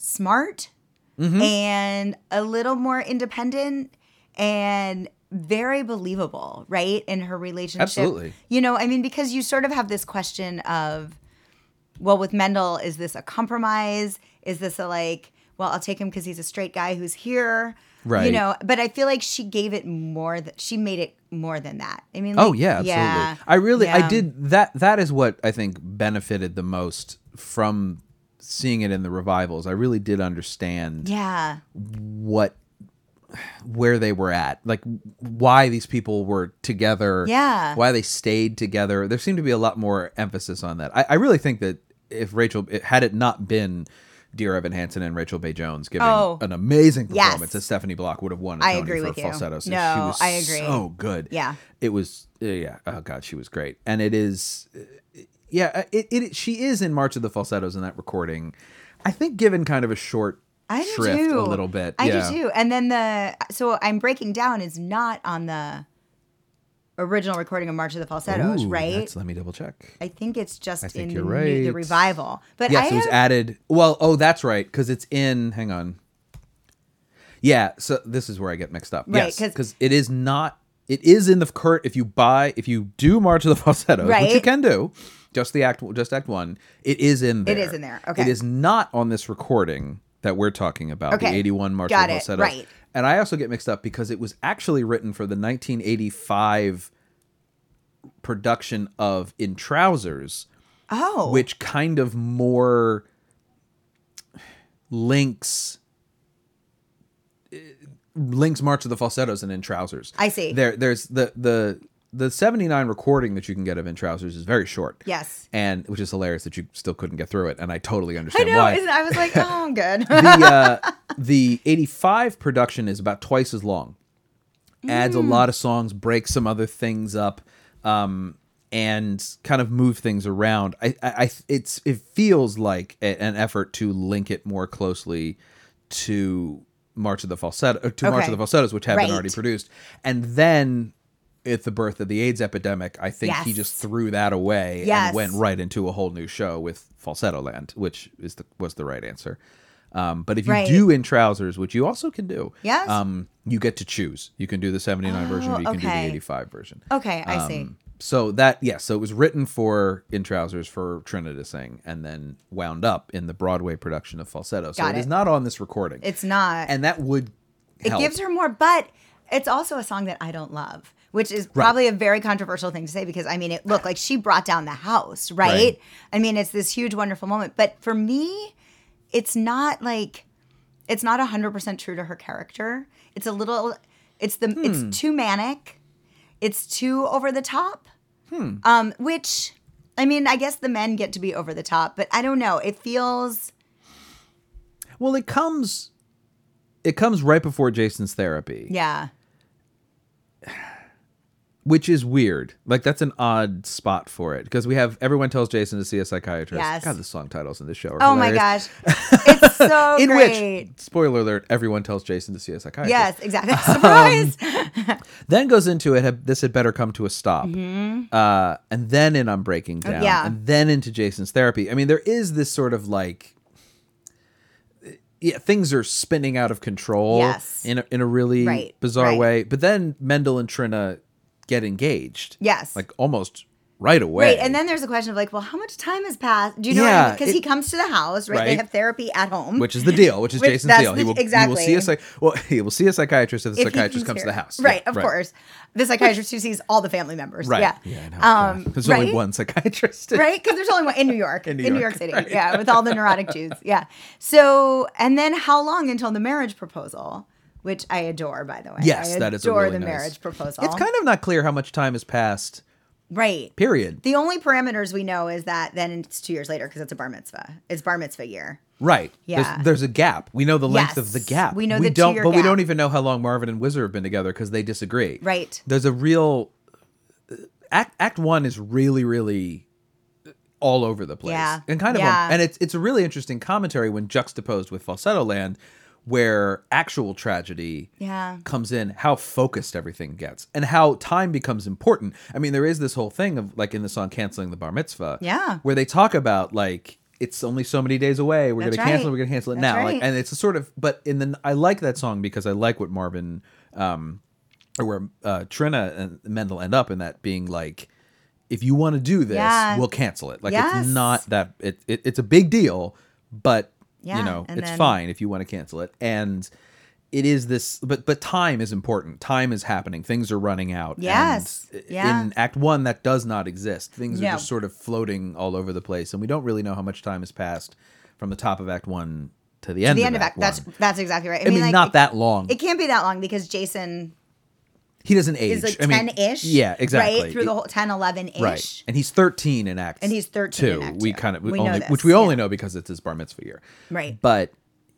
Speaker 1: Mm-hmm.
Speaker 3: smart and a little more independent and very believable, right? In her relationship.
Speaker 1: Absolutely.
Speaker 3: You know, I mean, because you sort of have this question of, well, with Mendel, is this a compromise? Is this a like, well, I'll take him because he's a straight guy who's here. You
Speaker 1: Right.
Speaker 3: know, but I feel like she gave it more that she made it more than that. I mean,
Speaker 1: Oh
Speaker 3: like,
Speaker 1: yeah, absolutely. I really I
Speaker 3: yeah.
Speaker 1: did that that is what I think benefited the most from seeing it in the revivals. I really did understand
Speaker 3: Yeah.
Speaker 1: what where they were at, like why these people were together,
Speaker 3: Yeah.
Speaker 1: why they stayed together. There seemed to be a lot more emphasis on that. I, I really think that if Rachel it- had it not been Dear Evan Hansen and Rachel Bay Jones giving
Speaker 3: Oh.
Speaker 1: an amazing
Speaker 3: Yes.
Speaker 1: performance, that Stephanie Block would have won. A
Speaker 3: I
Speaker 1: Tony
Speaker 3: agree
Speaker 1: for
Speaker 3: with you.
Speaker 1: falsetto. So
Speaker 3: No,
Speaker 1: she was
Speaker 3: I agree.
Speaker 1: So good.
Speaker 3: Yeah.
Speaker 1: it was. Yeah. Oh God, she was great, and it is yeah, uh, it, it she is in March of the Falsettos in that recording. I think given kind of a short
Speaker 3: I do
Speaker 1: shrift
Speaker 3: too.
Speaker 1: a little bit.
Speaker 3: I
Speaker 1: yeah.
Speaker 3: do too. And then the so I'm breaking down is not on the original recording of March of the Falsettos,
Speaker 1: Ooh,
Speaker 3: right?
Speaker 1: that's- let me double check.
Speaker 3: I think it's just
Speaker 1: think
Speaker 3: in
Speaker 1: you're
Speaker 3: the, new, the
Speaker 1: right.
Speaker 3: revival. But
Speaker 1: Yes,
Speaker 3: I
Speaker 1: it was
Speaker 3: have-
Speaker 1: added. Well, oh, that's right, because it's in. Hang on. Yeah, so this is where I get mixed up.
Speaker 3: Right,
Speaker 1: yes,
Speaker 3: 'cause-
Speaker 1: because it is not. It is in the current. If you buy, if you do March of the Falsettos, which you
Speaker 3: Right.
Speaker 1: can do, just the act, just act one, it is in there.
Speaker 3: is in there, okay.
Speaker 1: it is not on this recording that we're talking about. the
Speaker 3: Okay,
Speaker 1: 81 March
Speaker 3: got
Speaker 1: of
Speaker 3: it,
Speaker 1: the Falsettos.
Speaker 3: right.
Speaker 1: And I also get mixed up because it was actually written for the 1985 production of In Trousers,
Speaker 3: oh
Speaker 1: which kind of more links links March of the Falsettos and In Trousers.
Speaker 3: I see.
Speaker 1: There, there's the the the 79 recording that you can get of In Trousers is very short.
Speaker 3: Yes.
Speaker 1: And which is hilarious that you still couldn't get through it, and I totally
Speaker 3: I
Speaker 1: understand
Speaker 3: know.
Speaker 1: why.
Speaker 3: isn't- I was like, oh, I'm good.
Speaker 1: the uh, the 85 production is about twice as long adds
Speaker 3: Mm.
Speaker 1: a lot of songs, breaks some other things up, um, and kind of move things around. I, I, I it's it feels like a- an effort to link it more closely to March of the Falsetto, or to March of
Speaker 3: Okay.
Speaker 1: the Falsettos, which have been already
Speaker 3: Right.
Speaker 1: produced, and then. At the birth of the AIDS epidemic, I think he
Speaker 3: Yes.
Speaker 1: just threw that away and
Speaker 3: Yes.
Speaker 1: went right into a whole new show with Falsetto Land, which is the was the right answer. Um, but if you
Speaker 3: Right.
Speaker 1: do in trousers, which you also can do,
Speaker 3: Yes. Oh,
Speaker 1: um, you get to choose. You can do the 79 version or you can do
Speaker 3: okay.
Speaker 1: the 85 version. Um,
Speaker 3: okay, I see.
Speaker 1: So that, yeah, so it was written for In Trousers for Trinidad to sing and then wound up in the Broadway production of Falsetto. So
Speaker 3: Got
Speaker 1: it is
Speaker 3: it.
Speaker 1: not on this recording.
Speaker 3: It's not.
Speaker 1: and that would
Speaker 3: it
Speaker 1: help.
Speaker 3: gives her more, but it's also a song that I don't love, which is probably a very controversial thing to say because I mean, it look like she brought down the house, right?
Speaker 1: Right.
Speaker 3: I mean, it's this huge, wonderful moment, but for me, it's not like it's not 100% true to her character. It's a little it's the
Speaker 1: Hmm.
Speaker 3: it's too manic. It's too over the top.
Speaker 1: Hmm.
Speaker 3: Um which I mean, I guess the men get to be over the top, but I don't know. It feels
Speaker 1: well, it comes. It comes right before Jason's therapy,
Speaker 3: yeah.
Speaker 1: which is weird. Like that's an odd spot for it because we have everyone tells Jason to see a psychiatrist.
Speaker 3: Yes.
Speaker 1: God, the song titles in this show. Are
Speaker 3: Oh my
Speaker 1: hilarious.
Speaker 3: gosh. It's so
Speaker 1: in
Speaker 3: great.
Speaker 1: which spoiler alert everyone tells jason to see a psychiatrist
Speaker 3: Yes, exactly.
Speaker 1: Um,
Speaker 3: Surprise.
Speaker 1: then goes into it had- this had better come to a stop uh, and then in i'm breaking down
Speaker 3: Mm-hmm. Oh, yeah.
Speaker 1: and then into jason's therapy i mean there is this sort of like yeah, things are spinning out of control
Speaker 3: Yes.
Speaker 1: in, a, in a really
Speaker 3: Right,
Speaker 1: bizarre
Speaker 3: right.
Speaker 1: way but then mendel and trina get engaged
Speaker 3: Yes.
Speaker 1: like almost right away
Speaker 3: Right. And then there's a question of like, well, how much time has passed? Do you know what I
Speaker 1: Yeah,
Speaker 3: mean? Because
Speaker 1: it-
Speaker 3: he comes to the house, right? They
Speaker 1: Right.
Speaker 3: have therapy at home.
Speaker 1: which is the deal, which is
Speaker 3: Which-
Speaker 1: Jason's
Speaker 3: that's
Speaker 1: deal.
Speaker 3: the-
Speaker 1: he will,
Speaker 3: exactly.
Speaker 1: he will see a psych- well, he will see a psychiatrist if the
Speaker 3: if he
Speaker 1: psychiatrist
Speaker 3: can
Speaker 1: comes to
Speaker 3: hear-
Speaker 1: the house.
Speaker 3: Right,
Speaker 1: Yeah,
Speaker 3: of course. The psychiatrist who sees all the family members.
Speaker 1: Right.
Speaker 3: Yeah.
Speaker 1: I know. God.
Speaker 3: Um,
Speaker 1: There's only
Speaker 3: right?
Speaker 1: one psychiatrist.
Speaker 3: Right? Because there's only one in New York.
Speaker 1: In New York,
Speaker 3: City.
Speaker 1: right.
Speaker 3: Yeah. With all the neurotic Jews. Yeah. So, and then how long until the marriage proposal, which I adore, by the way.
Speaker 1: Yes,
Speaker 3: I
Speaker 1: that is a
Speaker 3: adore
Speaker 1: really
Speaker 3: the
Speaker 1: nice-
Speaker 3: marriage proposal.
Speaker 1: It's kind of not clear how much time has passed.
Speaker 3: Right.
Speaker 1: Period.
Speaker 3: The only parameters we know is that then it's two years later because it's a bar mitzvah. It's bar mitzvah year.
Speaker 1: Right.
Speaker 3: Yeah.
Speaker 1: There's, there's a gap. We know the length of the
Speaker 3: Yes.
Speaker 1: gap.
Speaker 3: We know
Speaker 1: we
Speaker 3: the
Speaker 1: don't,
Speaker 3: two-year
Speaker 1: but we
Speaker 3: gap.
Speaker 1: don't even know how long Marvin and Wizard have been together because they disagree.
Speaker 3: Right.
Speaker 1: There's a real act. Act one is really, really all over the place.
Speaker 3: Yeah.
Speaker 1: And kind of,
Speaker 3: Yeah.
Speaker 1: a, and it's it's a really interesting commentary when juxtaposed with Falsetto Land, where actual tragedy
Speaker 3: Yeah.
Speaker 1: comes in how focused everything gets and how time becomes important i mean there is this whole thing of like in the song canceling the bar mitzvah
Speaker 3: Yeah.
Speaker 1: where they talk about like it's only so many days away we're
Speaker 3: That's
Speaker 1: gonna cancel
Speaker 3: right.
Speaker 1: it, we're gonna cancel it
Speaker 3: That's
Speaker 1: now like,
Speaker 3: right.
Speaker 1: and it's a sort of but in the i like that song because i like what marvin um or where uh, Trina and Mendel end up in that being like, if you want to do this,
Speaker 3: Yeah.
Speaker 1: we'll cancel it. Like
Speaker 3: Yes.
Speaker 1: it's not that it, it it's a big deal, but
Speaker 3: Yeah,
Speaker 1: you know
Speaker 3: and
Speaker 1: it's
Speaker 3: then-
Speaker 1: fine if you want to cancel it. And it is this, but but time is important. Time is happening. Things are running out. and
Speaker 3: Yes.
Speaker 1: i-
Speaker 3: Yeah.
Speaker 1: In Act One, that does not exist. Things are
Speaker 3: No.
Speaker 1: just sort of floating all over the place, and we don't really know how much time has passed from the top of Act One to the end.
Speaker 3: the
Speaker 1: of
Speaker 3: end of
Speaker 1: Act
Speaker 3: act. That's
Speaker 1: One.
Speaker 3: that's exactly right.
Speaker 1: I mean,
Speaker 3: like,
Speaker 1: not
Speaker 3: it-
Speaker 1: that long.
Speaker 3: It can't be that long because Jason
Speaker 1: he doesn't age.
Speaker 3: is like
Speaker 1: I mean,
Speaker 3: 10 ish.
Speaker 1: Yeah, exactly.
Speaker 3: Right? Through the whole 10, 11 ish.
Speaker 1: Right. And he's 13 in Act
Speaker 3: And he's 13 in Act
Speaker 1: We
Speaker 3: Two.
Speaker 1: kind of, we
Speaker 3: We know
Speaker 1: only,
Speaker 3: this,
Speaker 1: which we only
Speaker 3: yeah.
Speaker 1: know because it's his bar mitzvah year.
Speaker 3: Right.
Speaker 1: But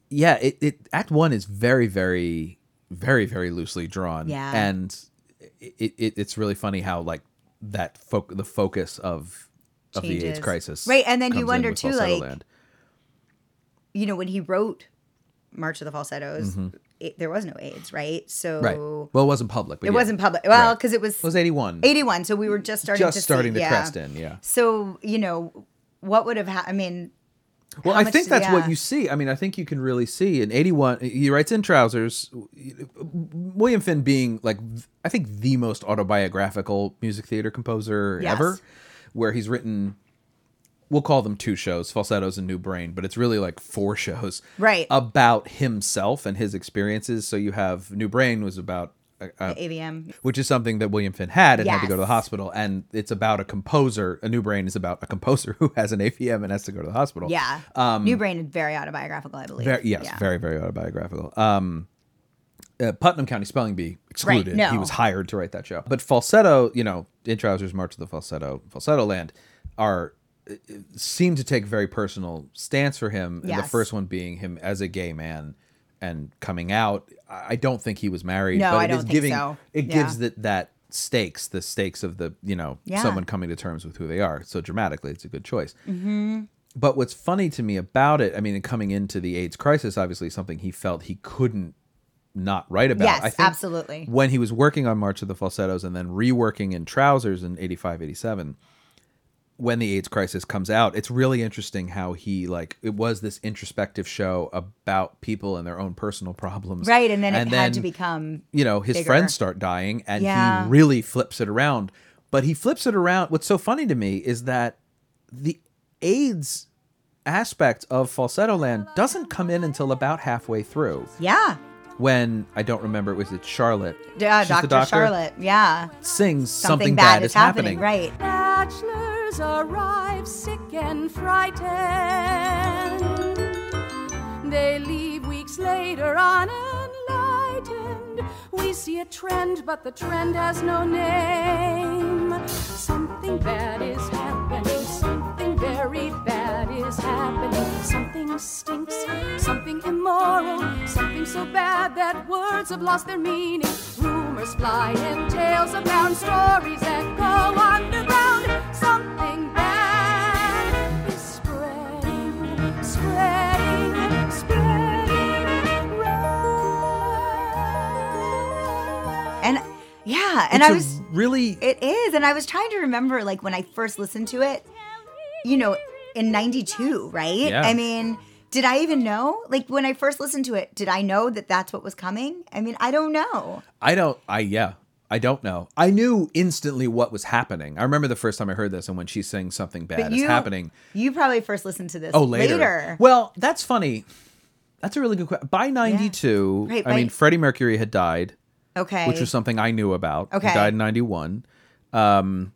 Speaker 1: yeah, it, it Act One is very, very, very, very loosely drawn.
Speaker 3: Yeah.
Speaker 1: And it, it it's really funny how, like, that fo- the focus of of the AIDS
Speaker 3: Changes.
Speaker 1: crisis.
Speaker 3: Right, and then you
Speaker 1: comes in
Speaker 3: wonder,
Speaker 1: with
Speaker 3: too,
Speaker 1: Falsetto
Speaker 3: like,
Speaker 1: Land.
Speaker 3: You know, when he wrote March of the Falsettos, it, there was no AIDS, right? So
Speaker 1: Mm-hmm. Right. Well, it wasn't public. But
Speaker 3: oh. it
Speaker 1: yeah.
Speaker 3: wasn't public. Well,
Speaker 1: Right.
Speaker 3: because it was
Speaker 1: It was 81.
Speaker 3: 81. So we were just starting
Speaker 1: Just
Speaker 3: to see-
Speaker 1: starting to
Speaker 3: yeah.
Speaker 1: crest in, yeah.
Speaker 3: So, you know, what would have happened? I mean,
Speaker 1: Well,
Speaker 3: How
Speaker 1: I
Speaker 3: much
Speaker 1: think
Speaker 3: did-
Speaker 1: that's what
Speaker 3: yeah.
Speaker 1: you see. I mean, I think you can really see in 81, he writes in Trousers, William Finn being like, I think the most autobiographical music theater composer
Speaker 3: Yes.
Speaker 1: ever, where he's written, we'll call them two shows, Falsettos and New Brain, but it's really like four shows.
Speaker 3: Right.
Speaker 1: About himself and his experiences. So you have New Brain was about a- a
Speaker 3: AVM.
Speaker 1: which is something that William Finn had and had to go to the
Speaker 3: Yes.
Speaker 1: hospital. And it's about a composer. A New Brain is about a composer who has an AVM and has to go to the hospital.
Speaker 3: Yeah. New Brain is very autobiographical, I believe.
Speaker 1: Um, Very, yes,
Speaker 3: Yeah.
Speaker 1: very, very autobiographical. Um, uh, Putnam County Spelling Bee excluded. He
Speaker 3: no.
Speaker 1: was hired to write that show. But falsetto, you know, in Trousers, March of the Falsetto, Falsetto Land, are uh, uh, seem to take very personal stance for him. And the
Speaker 3: Yes.
Speaker 1: first one being him as a gay man and coming out. I I don't think he was married.
Speaker 3: No,
Speaker 1: but
Speaker 3: I
Speaker 1: it
Speaker 3: don't
Speaker 1: is
Speaker 3: think
Speaker 1: giving,
Speaker 3: so.
Speaker 1: It
Speaker 3: Yeah.
Speaker 1: gives that that stakes, the stakes of the you know
Speaker 3: Yeah.
Speaker 1: someone coming to terms with who they are. So dramatically, it's a good choice.
Speaker 3: Mm-hmm.
Speaker 1: But what's funny to me about it, I mean, and coming into the AIDS crisis, obviously something he felt he couldn't not write about.
Speaker 3: Yes,
Speaker 1: I think
Speaker 3: absolutely.
Speaker 1: When he was working on March of the Falsettos and then reworking in Trousers in 85, 87, when the AIDS crisis comes out, it's really interesting how he, like, it was this introspective show about people and their own personal problems.
Speaker 3: Right. And then it had to
Speaker 1: then
Speaker 3: become
Speaker 1: you know his
Speaker 3: bigger.
Speaker 1: friends start dying and
Speaker 3: Yeah.
Speaker 1: he really flips it around but he flips it around what's so funny to me is that the aids aspect of falsetto land doesn't come in until about halfway through
Speaker 3: Yeah.
Speaker 1: when i don't remember was it charlotte
Speaker 3: Yeah,
Speaker 1: She's the
Speaker 3: Dr. Charlotte. Yeah.
Speaker 1: sings something, bad, is happening,
Speaker 3: Right.
Speaker 9: Bachelors arrive sick and frightened. They leave weeks later unenlightened. We see a trend, but the trend has no name. Something bad is happening. Something very bad is happening. Something stinks. Something immoral. Something so bad that words have lost their meaning. Rumors fly and tales abound. Stories echo underground. Something bad is spreading, spreading, spreading. round.
Speaker 3: And yeah. And
Speaker 1: It's
Speaker 3: I
Speaker 1: a
Speaker 3: was
Speaker 1: really
Speaker 3: It is. And I was trying to remember, like, when I first listened to it, you know, in 92, right?
Speaker 1: Yeah.
Speaker 3: I mean, did I even know? Like, when I first listened to it, did I know that that's what was coming? I mean, I don't know.
Speaker 1: I don't. I yeah. I don't know. I knew instantly what was happening. I remember the first time I heard this, and when she sings something bad is
Speaker 3: you-
Speaker 1: happening.
Speaker 3: You probably first listened to this
Speaker 1: Oh, later.
Speaker 3: later.
Speaker 1: Well, that's funny. That's a really good question. By '92,
Speaker 3: Right,
Speaker 1: I mean
Speaker 3: by-
Speaker 1: Freddie Mercury had died,
Speaker 3: okay.
Speaker 1: which was something I knew about.
Speaker 3: Okay.
Speaker 1: he died in '91. Um,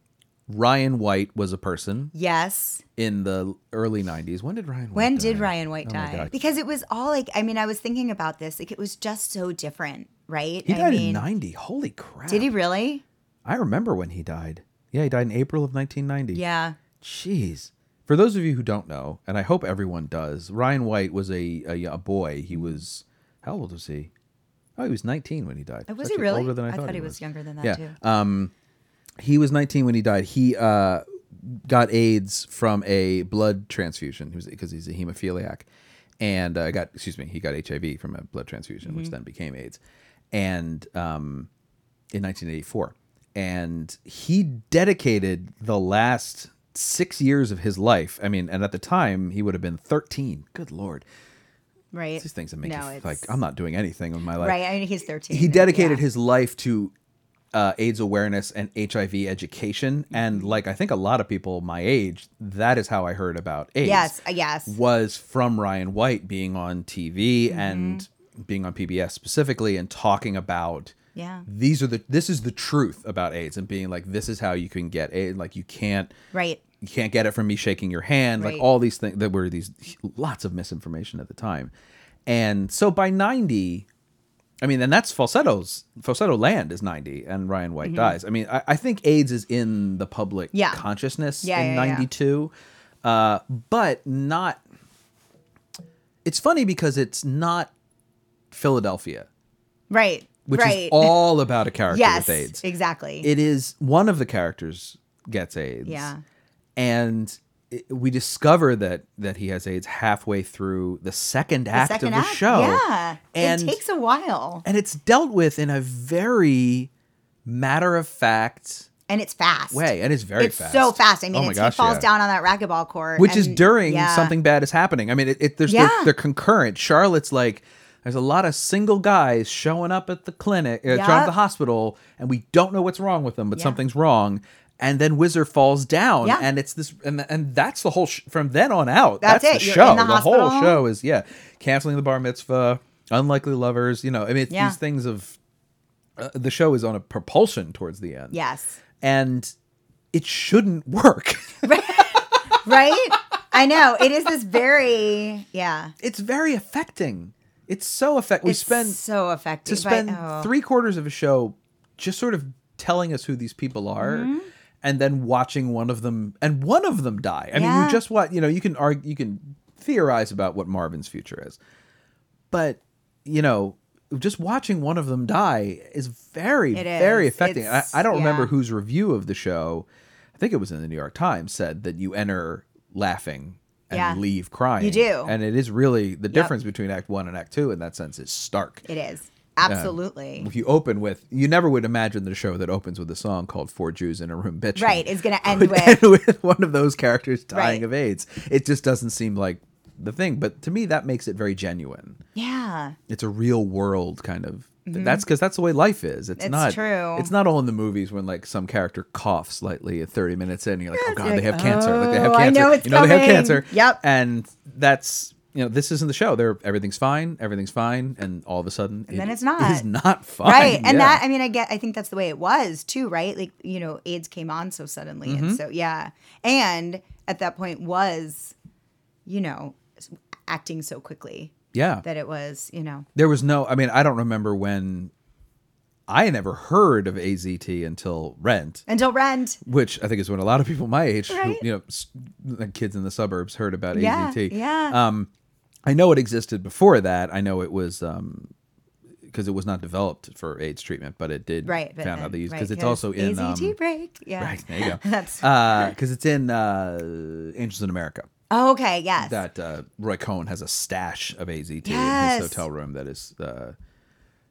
Speaker 1: Ryan White was a person
Speaker 3: yes.
Speaker 1: in the early '90s. When did Ryan? White
Speaker 3: When
Speaker 1: die?
Speaker 3: did Ryan White
Speaker 1: Oh my
Speaker 3: die?
Speaker 1: God.
Speaker 3: Because it was all like, I mean, I was thinking about this. Like, it was just so different, right?
Speaker 1: He
Speaker 3: I
Speaker 1: died
Speaker 3: mean,
Speaker 1: in '90. Holy crap!
Speaker 3: Did he really?
Speaker 1: I remember when he died. Yeah, he died in April of 1990.
Speaker 3: Yeah.
Speaker 1: Jeez. For those of you who don't know, and I hope everyone does, Ryan White was a a, a boy. He was how old was he? Oh, he was 19 when he died.
Speaker 3: Oh,
Speaker 1: He's
Speaker 3: Was he
Speaker 1: actually
Speaker 3: really?
Speaker 1: Older than I,
Speaker 3: thought, he was. younger than that,
Speaker 1: Yeah. um,
Speaker 3: too.
Speaker 1: He was 19 when he died. He uh, got AIDS from a blood transfusion. He was because he's a hemophiliac, and uh, got excuse me, he got HIV from a blood transfusion,
Speaker 3: Mm-hmm.
Speaker 1: which then became AIDS, and um, in 1984, and he dedicated the last six years of his life. I mean, and at the time he would have been 13. Good lord,
Speaker 3: right.
Speaker 1: these things that make
Speaker 3: no,
Speaker 1: you f-
Speaker 3: it's-
Speaker 1: like I'm not doing anything with my life.
Speaker 3: Right. I mean, he's 13.
Speaker 1: He dedicated
Speaker 3: yeah.
Speaker 1: his life to uh, AIDS awareness and HIV education. And
Speaker 3: Mm-hmm.
Speaker 1: like I think a lot of people my age, that is how I heard about AIDS.
Speaker 3: Yes, uh, yes.
Speaker 1: Was from Ryan White being on TV
Speaker 3: Mm-hmm.
Speaker 1: and being on PBS specifically and talking about
Speaker 3: Yeah.
Speaker 1: these are the this is the truth about AIDS and being like this is how you can get AIDS. Like you can't
Speaker 3: Right.
Speaker 1: you can't get it from me shaking your hand like
Speaker 3: Right.
Speaker 1: all these things there were these lots of misinformation at the time and so by 90 i mean and that's falsetto's falsetto land is 90 and ryan white dies i mean I, I think aids is in the public
Speaker 3: Mm-hmm. Yeah.
Speaker 1: consciousness
Speaker 3: Yeah,
Speaker 1: in
Speaker 3: yeah, yeah.
Speaker 1: 92 Uh, but not it's funny because it's not philadelphia
Speaker 3: Right.
Speaker 1: which
Speaker 3: right.
Speaker 1: is all about a character
Speaker 3: yes.
Speaker 1: with aids
Speaker 3: Exactly.
Speaker 1: it is one of the characters gets AIDS.
Speaker 3: Yeah.
Speaker 1: And it, we discover that that he has AIDS halfway through the second act
Speaker 3: second
Speaker 1: of the
Speaker 3: act,
Speaker 1: show.
Speaker 3: Yeah.
Speaker 1: And
Speaker 3: it takes a while.
Speaker 1: and it's dealt with in a very matter of fact
Speaker 3: And it's fast.
Speaker 1: way. And it's very
Speaker 3: it's
Speaker 1: fast.
Speaker 3: so fast. I mean,
Speaker 1: Oh my
Speaker 3: it's,
Speaker 1: gosh,
Speaker 3: he falls
Speaker 1: yeah.
Speaker 3: down on that racquetball court.
Speaker 1: Which is
Speaker 3: and-
Speaker 1: during
Speaker 3: yeah.
Speaker 1: something bad is happening. I mean, it, it there's they're-
Speaker 3: Yeah.
Speaker 1: they're, concurrent. Charlotte's like, there's a lot of single guys showing up at the clinic, uh, showing up at
Speaker 3: Yup.
Speaker 1: the hospital, and we don't know what's wrong with them, but
Speaker 3: Yeah.
Speaker 1: something's wrong. And then Wizard falls down,
Speaker 3: Yeah.
Speaker 1: and it's this, and and that's the whole. Sh- from then on out,
Speaker 3: That's
Speaker 1: that's,
Speaker 3: it.
Speaker 1: the
Speaker 3: You're
Speaker 1: show.
Speaker 3: in the
Speaker 1: whole
Speaker 3: hospital.
Speaker 1: show is yeah, canceling the bar mitzvah, unlikely lovers. You know, I mean, it's
Speaker 3: Yeah.
Speaker 1: these things of. Uh, the show is on a propulsion towards the end.
Speaker 3: Yes.
Speaker 1: and it shouldn't work.
Speaker 3: Right? I know. It is this very, yeah.
Speaker 1: it's very affecting. It's so affect. We
Speaker 3: It's
Speaker 1: spend
Speaker 3: so effective.
Speaker 1: to spend
Speaker 3: oh.
Speaker 1: three quarters of a show just sort of telling us who these people are,
Speaker 3: Mm-hmm.
Speaker 1: and then watching one of them and one of them die. I mean,
Speaker 3: Yeah.
Speaker 1: you just what you know. You can argue, you can theorize about what Marvin's future is, but you know, just watching one of them die is very,
Speaker 3: It
Speaker 1: very
Speaker 3: is.
Speaker 1: affecting. I,
Speaker 3: It's-
Speaker 1: I don't remember
Speaker 3: yeah.
Speaker 1: whose review of the show. I think it was in the New York Times said that you enter laughing. And
Speaker 3: Yeah.
Speaker 1: leave crying.
Speaker 3: You do.
Speaker 1: And it is really the difference between Act One and Act Two in that sense is stark.
Speaker 3: It is. Absolutely.
Speaker 1: If you open with, you never would imagine the show that opens with a song called Four Jews in a Room Bitching.
Speaker 3: right. It's going to end
Speaker 1: would
Speaker 3: with,
Speaker 1: end with one of those characters dying
Speaker 3: Right.
Speaker 1: of AIDS. It just doesn't seem like the thing. But to me, that makes it very genuine.
Speaker 3: yeah.
Speaker 1: It's a real world kind of. That's because that's the way life is. It's,
Speaker 3: Mm-hmm. It's
Speaker 1: not
Speaker 3: true.
Speaker 1: It's not all in the movies when like some character coughs slightly at thirty minutes in, and you're like, oh god,
Speaker 3: you're
Speaker 1: they have
Speaker 3: like,
Speaker 1: cancer. Like they have
Speaker 3: "Oh, I
Speaker 1: cancer.
Speaker 3: know it's
Speaker 1: you know they have
Speaker 3: coming."
Speaker 1: cancer.
Speaker 3: Yep.
Speaker 1: And that's you know this isn't the show. They're everything's fine, everything's fine, and all of a sudden
Speaker 3: then
Speaker 1: it
Speaker 3: it's not.
Speaker 1: is not fine.
Speaker 3: Right.
Speaker 1: Yeah.
Speaker 3: And that, I mean, I get, I think that's the way it was too, right? Like, you know, AIDS came on so suddenly.
Speaker 1: Mm-hmm.
Speaker 3: And so, yeah. And at that point was, you know, acting so quickly
Speaker 1: yeah.
Speaker 3: that it was, you know,
Speaker 1: There was no, I mean, I don't remember when I never heard of AZT until Rent,
Speaker 3: until Rent.
Speaker 1: which I think is when a lot of people my age, who,
Speaker 3: Right.
Speaker 1: you know, s- the kids in the suburbs heard about
Speaker 3: Yeah,
Speaker 1: AZT.
Speaker 3: yeah.
Speaker 1: Um, I know it existed before that. I know it was, um, because it was not developed for AIDS treatment, but it did
Speaker 3: Right. but
Speaker 1: found
Speaker 3: then-
Speaker 1: out they used
Speaker 3: right,
Speaker 1: because it's also in
Speaker 3: AZT
Speaker 1: um,
Speaker 3: break. Yeah.
Speaker 1: right there you go
Speaker 3: That's-
Speaker 1: because it's in uh, Angels in America
Speaker 3: Oh, okay. Yes.
Speaker 1: that uh, Roy Cohen has a stash of AZT in
Speaker 3: Yes.
Speaker 1: his hotel room that is uh,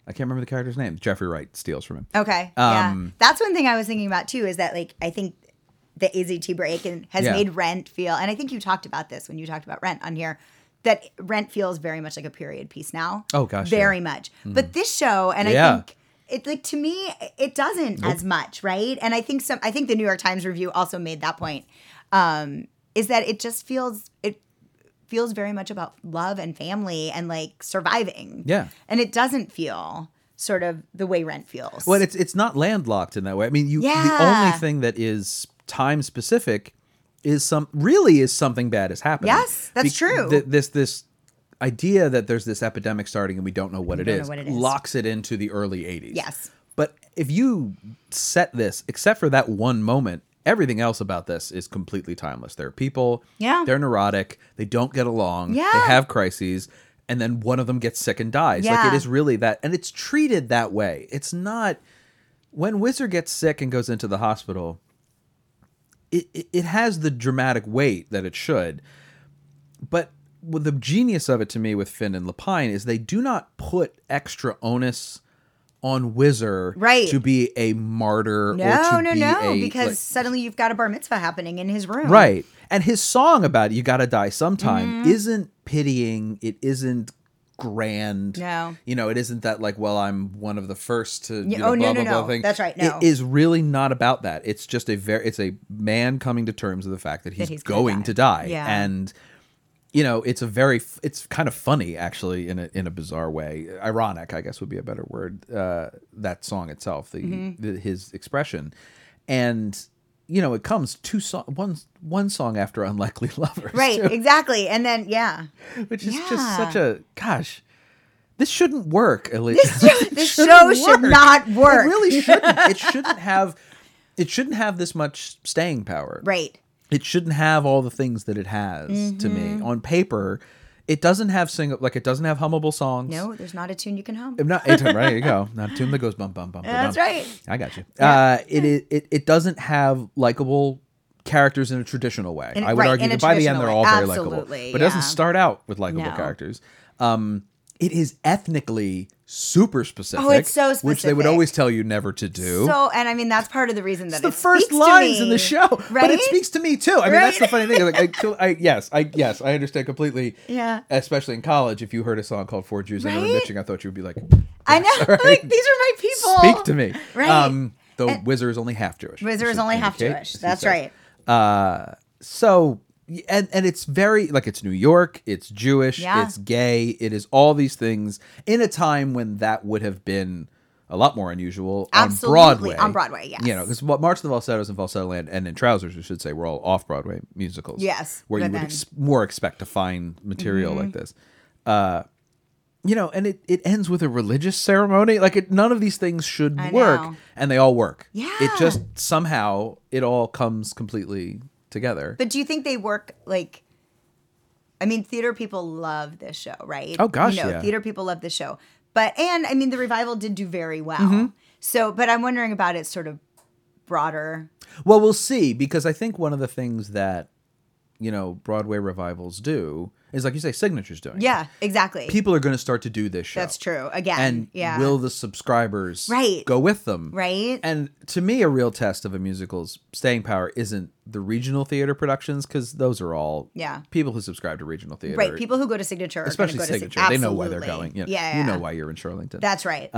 Speaker 1: I can't remember the character's name. Jeffrey Wright steals from him.
Speaker 3: Okay. yeah.
Speaker 1: Um,
Speaker 3: That's one thing I was thinking about too is that like I think the AZT break and has
Speaker 1: Yeah.
Speaker 3: made Rent feel and I think you talked about this when you talked about Rent on here that Rent feels very much like a period piece now.
Speaker 1: Oh, gosh, yeah. Hmm.
Speaker 3: Very much. But this show and
Speaker 1: Yeah.
Speaker 3: I think it like to me it doesn't as much, right? And I think some I think the New York Times review also made that point. Um is that it just feels it feels very much about love and family and like surviving.
Speaker 1: Yeah.
Speaker 3: And it doesn't feel sort of the way Rent feels.
Speaker 1: Well, it's it's not landlocked in that way. I mean, you the
Speaker 3: Yeah.
Speaker 1: only thing that is time specific is some really is something bad is happening.
Speaker 3: Yes, that's true.
Speaker 1: th- this this idea that there's this epidemic starting and we don't know what it
Speaker 3: don't know
Speaker 1: is
Speaker 3: what it is.
Speaker 1: locks it into the early 80s.
Speaker 3: Yes.
Speaker 1: But if you set this except for that one moment Everything else about this is completely timeless. There are people.
Speaker 3: Yeah.
Speaker 1: They're neurotic. They don't get along. They
Speaker 3: Yeah.
Speaker 1: have crises. And then one of them gets sick and dies. Like it
Speaker 3: Yeah.
Speaker 1: is really that. And it's treated that way. It's not when Wizard gets sick and goes into the hospital, it, it, it has the dramatic weight that it should. But with the genius of it to me with Finn and Lapine is they do not put extra onus on Wizard
Speaker 3: Right.
Speaker 1: to be a martyr or
Speaker 3: No,
Speaker 1: to
Speaker 3: no,
Speaker 1: be
Speaker 3: no,
Speaker 1: a,
Speaker 3: because
Speaker 1: like-
Speaker 3: suddenly you've got a bar mitzvah happening in his room.
Speaker 1: Right.
Speaker 3: Mm-hmm.
Speaker 1: And his song about it, you gotta die sometime isn't pitying, it isn't grand.
Speaker 3: No.
Speaker 1: You know, it isn't that like, well, I'm one of the first to you
Speaker 3: Yeah,
Speaker 1: know,
Speaker 3: oh,
Speaker 1: blah
Speaker 3: no, no,
Speaker 1: blah blah
Speaker 3: no.
Speaker 1: thing.
Speaker 3: That's right, no.
Speaker 1: It is really not about that. It's just a very it's a man coming to terms with the fact that he's,
Speaker 3: he's gonna
Speaker 1: going
Speaker 3: die.
Speaker 1: to die.
Speaker 3: Yeah.
Speaker 1: And you know, it's a very f- it's kind of funny actually in a in a bizarre way. Ironic, I guess would be a better word. Uh that song itself, the,
Speaker 3: Mm-hmm.
Speaker 1: the his expression. And you know, it comes two song one one song after Unlikely Lovers.
Speaker 3: Right,
Speaker 1: too
Speaker 3: exactly. And then yeah.
Speaker 1: which is just
Speaker 3: Yeah.
Speaker 1: such a gosh. This shouldn't work, Elise.
Speaker 3: this show should not work.
Speaker 1: It really shouldn't. it shouldn't have. It shouldn't have this much staying power.
Speaker 3: Right.
Speaker 1: It shouldn't have all the things that it has to me
Speaker 3: Mm-hmm.
Speaker 1: on paper. It doesn't have single like it doesn't have hummable songs.
Speaker 3: No, there's not a tune you can hum.
Speaker 1: I'm not. It, right, there you go. Not a tune that goes bum bum bum.
Speaker 3: That's
Speaker 1: bum.
Speaker 3: right.
Speaker 1: I got you. Uh, it, it it it doesn't have likable characters in a traditional way.
Speaker 3: In-
Speaker 1: I would
Speaker 3: right,
Speaker 1: argue
Speaker 3: in a
Speaker 1: that by the end
Speaker 3: traditional
Speaker 1: they're
Speaker 3: way.
Speaker 1: all very likable, but
Speaker 3: Absolutely,
Speaker 1: it doesn't
Speaker 3: yeah.
Speaker 1: start out with likable
Speaker 3: No.
Speaker 1: characters. Um, it is ethnically super specific.
Speaker 3: Oh, so
Speaker 1: Which they would
Speaker 3: specific.
Speaker 1: always tell you never to do.
Speaker 3: So, and I mean that's part of the reason that
Speaker 1: It's the
Speaker 3: it
Speaker 1: first
Speaker 3: speaks to
Speaker 1: lines in
Speaker 3: me,
Speaker 1: the show, but
Speaker 3: right?
Speaker 1: it speaks to me too. I mean, that's the
Speaker 3: Right?
Speaker 1: funny thing. Like, I, till- I, yes, I, yes, I understand completely.
Speaker 3: Yeah.
Speaker 1: Especially in college, if you heard a song called Four Jews and One
Speaker 3: Right?
Speaker 1: Bitching, I thought you would be like,
Speaker 3: I know.
Speaker 1: Right?
Speaker 3: Like these are my people.
Speaker 1: Speak to me. Um,
Speaker 3: Right.
Speaker 1: though Wizard is only half Jewish.
Speaker 3: Wizard
Speaker 1: we
Speaker 3: is
Speaker 1: should
Speaker 3: only half
Speaker 1: indicate,
Speaker 3: Jewish.
Speaker 1: as he
Speaker 3: That's
Speaker 1: says.
Speaker 3: right.
Speaker 1: Uh, so, and and it's very like it's New York. It's Jewish.
Speaker 3: Yeah.
Speaker 1: It's gay. It is all these things in a time when that would have been a lot more unusual
Speaker 3: Absolutely.
Speaker 1: on Broadway.
Speaker 3: On Broadway, yes.
Speaker 1: You know, because March of the Falsettos and Falsetto Land and in Trousers, we should say, were all off Broadway musicals.
Speaker 3: Yes,
Speaker 1: Where you
Speaker 3: but
Speaker 1: would
Speaker 3: then- Mm-hmm.
Speaker 1: ex- more expect to find material like this. Uh, you know, and it, it ends with a religious ceremony. Like it, none of these things should
Speaker 3: I
Speaker 1: work,
Speaker 3: know.
Speaker 1: and they all work.
Speaker 3: Yeah.
Speaker 1: it just somehow it all comes completely together.
Speaker 3: But do you think they work like? I mean, theater people love this show, right?
Speaker 1: Oh, gosh,
Speaker 3: you know,
Speaker 1: yeah.
Speaker 3: theater people love this show. But and I mean, the revival did do very well.
Speaker 1: Mm-hmm.
Speaker 3: So, but I'm wondering about its sort of broader.
Speaker 1: well, we'll see because I think one of the things that you know Broadway revivals do is like you say, signatures doing. it.
Speaker 3: Yeah, exactly.
Speaker 1: people are going to start to do this show.
Speaker 3: That's true. Again,
Speaker 1: And
Speaker 3: yeah.
Speaker 1: will the subscribers
Speaker 3: Right.
Speaker 1: go with them?
Speaker 3: Right.
Speaker 1: And to me, a real test of a musical's staying power isn't the regional theater productions because those are all
Speaker 3: Yeah.
Speaker 1: people who subscribe to regional theater,
Speaker 3: right, people who go to signature, are gonna
Speaker 1: especially
Speaker 3: go to Sig-
Speaker 1: signature. they know why they're
Speaker 3: Absolutely.
Speaker 1: going. Yeah,
Speaker 3: yeah,
Speaker 1: you
Speaker 3: yeah.
Speaker 1: know why Uh, you're in Charlington.
Speaker 3: That's right.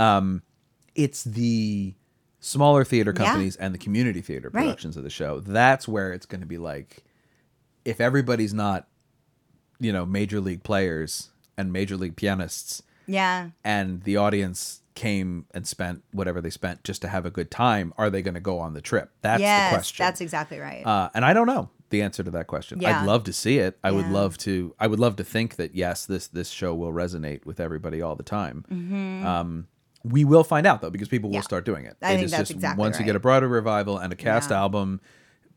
Speaker 1: it's the smaller theater companies and the community theater
Speaker 3: Right.
Speaker 1: productions of the show. That's where it's going to be like, if everybody's not, you know, major league players and major league pianists,
Speaker 3: yeah,
Speaker 1: and the audience came and spent whatever they spent just to have a good time, are they going to go on the trip? That's
Speaker 3: yes,
Speaker 1: the question.
Speaker 3: that's exactly right.
Speaker 1: uh, and I don't know the answer to that question.
Speaker 3: Yeah.
Speaker 1: I'd love to see it. I would
Speaker 3: Yeah.
Speaker 1: love to. I would love to think that yes, this this show will resonate with everybody all the time. Um, we will find out though because people will
Speaker 3: Mm-hmm. Yeah.
Speaker 1: start doing it.
Speaker 3: I
Speaker 1: It
Speaker 3: think
Speaker 1: is
Speaker 3: that's exactly
Speaker 1: once you get
Speaker 3: right.
Speaker 1: a Broadway revival and a cast
Speaker 3: Yeah.
Speaker 1: album,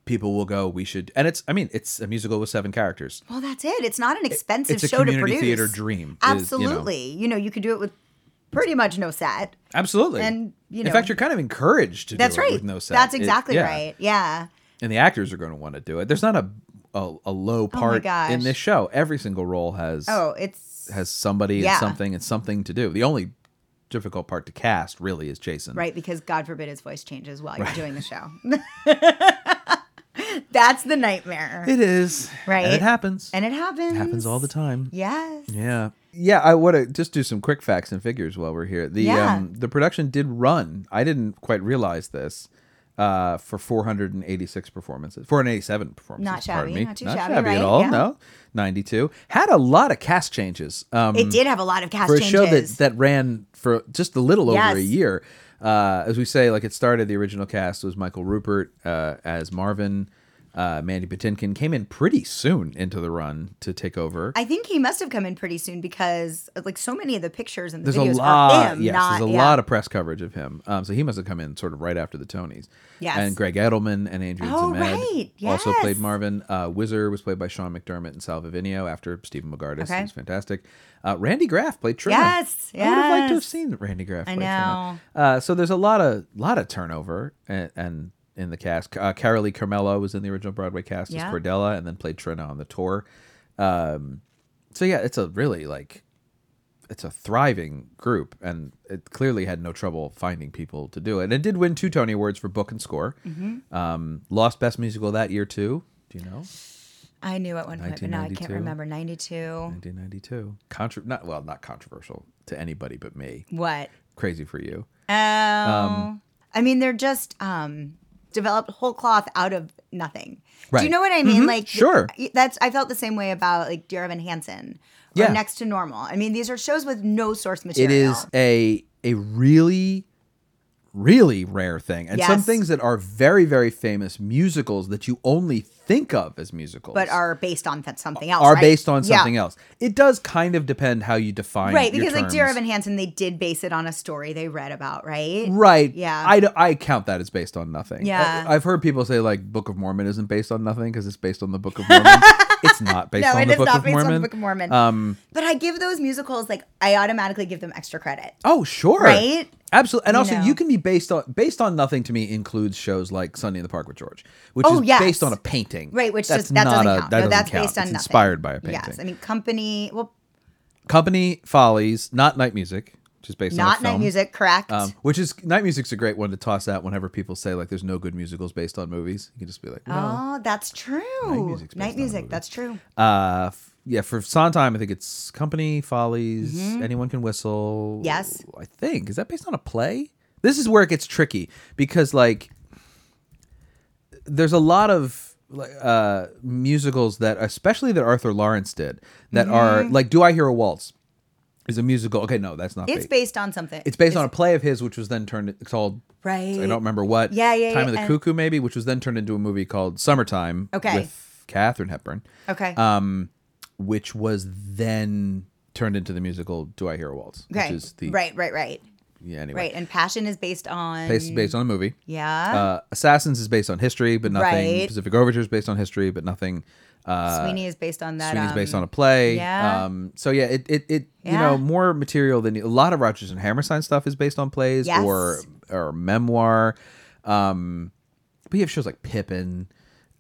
Speaker 1: people will go. We should. And it's. I mean, it's a musical with seven characters.
Speaker 3: well, that's it. It's not an expensive
Speaker 1: it's a
Speaker 3: show to
Speaker 1: community
Speaker 3: produce.
Speaker 1: theater dream. is, you know.
Speaker 3: Absolutely. you know, you could do it with pretty much no set.
Speaker 1: Absolutely.
Speaker 3: And, you
Speaker 1: in
Speaker 3: know-
Speaker 1: fact, you're kind of encouraged to
Speaker 3: That's
Speaker 1: do it
Speaker 3: right.
Speaker 1: with no set.
Speaker 3: That's
Speaker 1: It-
Speaker 3: exactly
Speaker 1: yeah.
Speaker 3: right. Yeah.
Speaker 1: and the actors are going to want to do it. There's not a a, a low part
Speaker 3: Oh gosh.
Speaker 1: in this show. Every single role has
Speaker 3: Oh, it's
Speaker 1: has somebody
Speaker 3: Yeah.
Speaker 1: and something and something to do. The only difficult part to cast really is Jason.
Speaker 3: right because God forbid his voice changes while you're doing the show. That's the nightmare.
Speaker 1: It is. And it
Speaker 3: Right.
Speaker 1: happens.
Speaker 3: and it happens.
Speaker 1: it happens all the time.
Speaker 3: Yes.
Speaker 1: Yeah. Yeah, I want to just do some quick facts and figures while we're here. The
Speaker 3: Yeah.
Speaker 1: um, the production did run. I didn't quite realize this. Uh, for 486 performances, 487 performances.
Speaker 3: Not
Speaker 1: pardon
Speaker 3: shabby,
Speaker 1: me.
Speaker 3: not too shabby,
Speaker 1: at
Speaker 3: right?
Speaker 1: all.
Speaker 3: Yeah.
Speaker 1: No, 92 had a lot of cast changes. Um,
Speaker 3: It did have a lot of cast
Speaker 1: for a
Speaker 3: changes.
Speaker 1: show that that ran for just a little
Speaker 3: Yes.
Speaker 1: over a year. Uh, as we say, like it started, the original cast was Michael Rupert uh, as Marvin. Uh, Mandy Patinkin came in pretty soon into the run to take over.
Speaker 3: I think he must have come in pretty soon because like so many of the pictures and the
Speaker 1: there's a
Speaker 3: videos
Speaker 1: lot,
Speaker 3: are him.
Speaker 1: yes,
Speaker 3: not,
Speaker 1: there's a
Speaker 3: yeah.
Speaker 1: lot of press coverage of him. Um, so he must have come in sort of right after the Tonys.
Speaker 3: Yes.
Speaker 1: And Greg Edelman and Andrew
Speaker 3: Oh,
Speaker 1: Zemed
Speaker 3: right,
Speaker 1: also
Speaker 3: yes.
Speaker 1: played Marvin. Uh, Wizard was played by Sean McDermott and Sal Vivino after Stephen McGardis.
Speaker 3: Okay.
Speaker 1: He's fantastic. Uh, Randy Graff played Trim.
Speaker 3: Yes,
Speaker 1: I would have liked to have
Speaker 3: yes.
Speaker 1: seen Randy Graff.
Speaker 3: I
Speaker 1: play Trinna.
Speaker 3: know.
Speaker 1: Uh, so there's a lot of lot of turnover and. and in the cast, uh, Carolee Carmelo was in the original Broadway cast
Speaker 3: Yeah.
Speaker 1: as Cordella, and then played Trina on the tour. Um, so yeah, it's a really like it's a thriving group and it clearly had no trouble finding people to do it. And it did win two Tony Awards for book and score. Um, lost Best Musical that year too. Do you know?
Speaker 3: I knew at one point, but now I can't
Speaker 1: 1992.
Speaker 3: remember. 92.
Speaker 1: 1992. Contro- not well, not controversial to anybody but me.
Speaker 3: What?
Speaker 1: Crazy for you.
Speaker 3: Oh.
Speaker 1: Um,
Speaker 3: I mean, they're just um, developed whole cloth out of nothing. Do
Speaker 1: Right. Mm-hmm.
Speaker 3: you know what I mean? Like, th-
Speaker 1: Sure.
Speaker 3: That's I felt the same way about like Dear Evan Hansen or
Speaker 1: Yeah.
Speaker 3: Next to Normal. I mean, these are shows with no source
Speaker 1: It
Speaker 3: material.
Speaker 1: is a a really really rare thing and some
Speaker 3: Yes.
Speaker 1: things that are very very famous musicals that you only think of as musicals
Speaker 3: but are based on th- something else.
Speaker 1: are
Speaker 3: right?
Speaker 1: based on
Speaker 3: Yeah.
Speaker 1: something else it does kind of depend how you define
Speaker 3: Right,
Speaker 1: your
Speaker 3: because like Dear
Speaker 1: terms.
Speaker 3: Evan Hansen, they did base it on a story they read about, right?
Speaker 1: Right.
Speaker 3: Yeah.
Speaker 1: I, d- I count that as based on nothing.
Speaker 3: Yeah.
Speaker 1: I, have heard people say like Book of Mormon isn't based on nothing because it's based on the Book of Mormon. it's not based
Speaker 3: No,
Speaker 1: on
Speaker 3: it
Speaker 1: the
Speaker 3: is
Speaker 1: Book
Speaker 3: not
Speaker 1: of
Speaker 3: based
Speaker 1: Mormon.
Speaker 3: on the Book of Mormon.
Speaker 1: Um.
Speaker 3: But I give those musicals like I automatically give them extra credit.
Speaker 1: Oh, sure.
Speaker 3: Right?
Speaker 1: Absolutely. And
Speaker 3: You
Speaker 1: also,
Speaker 3: know.
Speaker 1: you can be based on based on nothing. To me, includes shows like Sunday in the Park with George, which
Speaker 3: Oh,
Speaker 1: is
Speaker 3: yes.
Speaker 1: based on a painting.
Speaker 3: Right, which just that doesn't count. no,
Speaker 1: doesn't
Speaker 3: that's
Speaker 1: count.
Speaker 3: based on
Speaker 1: It's
Speaker 3: nothing.
Speaker 1: Inspired by a painting.
Speaker 3: Yes, I mean company. Well,
Speaker 1: Company Follies, not Night Music, which is based
Speaker 3: not
Speaker 1: on a film.
Speaker 3: night music, correct?
Speaker 1: Um, which is night music's a great one to toss out whenever people say like there's no good musicals based on movies. You can just be like, well,
Speaker 3: oh, that's true. Night,
Speaker 1: music's based on a movie.
Speaker 3: music, that's true.
Speaker 1: uh, f- yeah, for Sondheim, I think it's Company Follies, Anyone Can Whistle.
Speaker 3: Mm-hmm. Yes.
Speaker 1: I think is that based on a play? This is where it gets tricky because like there's a lot of like, uh, musicals that, especially that Arthur Lawrence did, that are
Speaker 3: Mm-hmm.
Speaker 1: like Do I Hear a Waltz is a musical. Okay, no, that's not.
Speaker 3: It's
Speaker 1: based.
Speaker 3: based on something.
Speaker 1: It's based on a play of his, which was then turned called
Speaker 3: right.
Speaker 1: I don't remember what.
Speaker 3: Yeah, yeah,
Speaker 1: Time
Speaker 3: yeah,
Speaker 1: of the
Speaker 3: and-
Speaker 1: Cuckoo, maybe, which was then turned into a movie called Summertime.
Speaker 3: Okay.
Speaker 1: With Katherine Hepburn,
Speaker 3: Okay.
Speaker 1: um, which was then turned into the musical Do I Hear a Waltz? Which
Speaker 3: okay.
Speaker 1: is the
Speaker 3: right, right, right,
Speaker 1: Yeah. Anyway.
Speaker 3: right. And passion is based on.
Speaker 1: Based, based on a movie.
Speaker 3: yeah.
Speaker 1: Uh, Assassins is based on history, but nothing.
Speaker 3: Right.
Speaker 1: Pacific Overture is based on history, but nothing. Uh,
Speaker 3: Sweeney is based on that.
Speaker 1: Sweeney's
Speaker 3: um,
Speaker 1: based on a play.
Speaker 3: yeah.
Speaker 1: Um, so yeah, it it, it you
Speaker 3: Yeah.
Speaker 1: know more material than a lot of Rogers and Hammerstein stuff is based on plays
Speaker 3: Yes.
Speaker 1: or or memoir. Um, but you have shows like Pippin,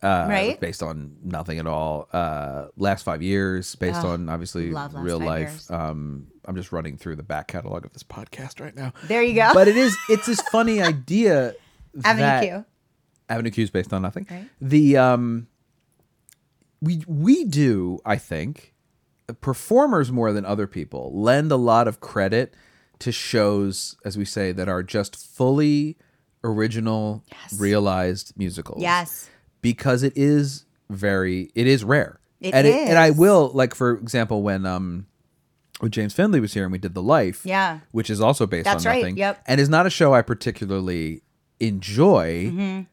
Speaker 1: uh,
Speaker 3: Right.
Speaker 1: based on nothing at all. Uh, last five years, based on obviously
Speaker 3: love Last
Speaker 1: real
Speaker 3: Five
Speaker 1: life.
Speaker 3: Years.
Speaker 1: Um, I'm just running through the back catalog of this podcast right now.
Speaker 3: There you go.
Speaker 1: But it is it's this funny idea.
Speaker 3: Avenue
Speaker 1: that-
Speaker 3: Q.
Speaker 1: Avenue Q is based on nothing.
Speaker 3: Right.
Speaker 1: The um, we we do I think performers more than other people lend a lot of credit to shows as we say that are just fully original realized musicals.
Speaker 3: Yes.
Speaker 1: because it is very it is rare.
Speaker 3: It
Speaker 1: and and I
Speaker 3: is.
Speaker 1: will like for example when um when James Finley was here and we did The Life,
Speaker 3: Yeah.
Speaker 1: which is also based
Speaker 3: That's
Speaker 1: on
Speaker 3: right,
Speaker 1: nothing,
Speaker 3: yep.
Speaker 1: and is not a show I particularly enjoy,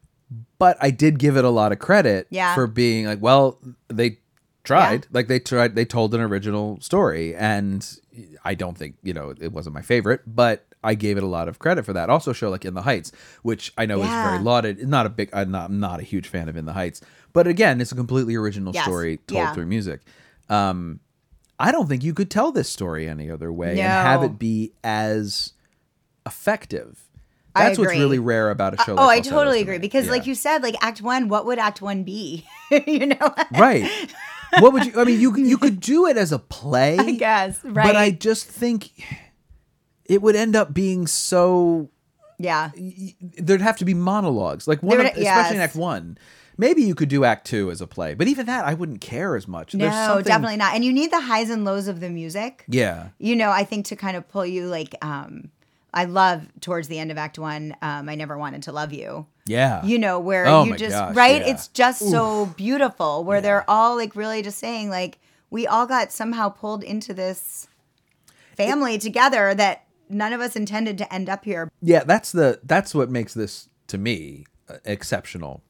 Speaker 1: but I did give it a lot of credit
Speaker 3: Mm-hmm. Yeah.
Speaker 1: for being like, well, they tried,
Speaker 3: Yeah.
Speaker 1: like they tried, they told an original story, and I don't think you know it wasn't my favorite, but I gave it a lot of credit for that. Also, a show like In the Heights, which I know is
Speaker 3: Yeah.
Speaker 1: very lauded, not a big, I'm not, I'm not a huge fan of In the Heights, but again, it's a completely original
Speaker 3: Yes,
Speaker 1: story told
Speaker 3: yeah.
Speaker 1: through music. Um, I don't think you could tell this story any other way and
Speaker 3: No.
Speaker 1: have it be as effective.
Speaker 3: I
Speaker 1: That's what's
Speaker 3: agree.
Speaker 1: really rare about a show.
Speaker 3: oh,
Speaker 1: like
Speaker 3: I
Speaker 1: Falsettos
Speaker 3: totally
Speaker 1: to
Speaker 3: agree
Speaker 1: me.
Speaker 3: because,
Speaker 1: Yeah.
Speaker 3: like you said, like Act One, what would Act One be? you know,
Speaker 1: right. What would you? I mean, you you could do it as a play,
Speaker 3: I guess, right?
Speaker 1: but I just think it would end up being so.
Speaker 3: yeah,
Speaker 1: There'd have to be monologues, like one,
Speaker 3: There
Speaker 1: of-
Speaker 3: would-
Speaker 1: especially in
Speaker 3: yes.
Speaker 1: Act One. Maybe you could do Act Two as a play, but even that, I wouldn't care as much. There's
Speaker 3: no,
Speaker 1: something-
Speaker 3: definitely not. And you need the highs and lows of the music.
Speaker 1: Yeah,
Speaker 3: you know, I think to kind of pull you like um I love towards the end of act 1 um I never wanted to love you.
Speaker 1: yeah,
Speaker 3: You know, where
Speaker 1: Oh my
Speaker 3: you just
Speaker 1: gosh,
Speaker 3: right?
Speaker 1: yeah.
Speaker 3: It's just so beautiful where they're all like really just saying like we all got somehow pulled into this family together that none of us intended to end up here.
Speaker 1: yeah that's the that's what makes this to me uh, exceptional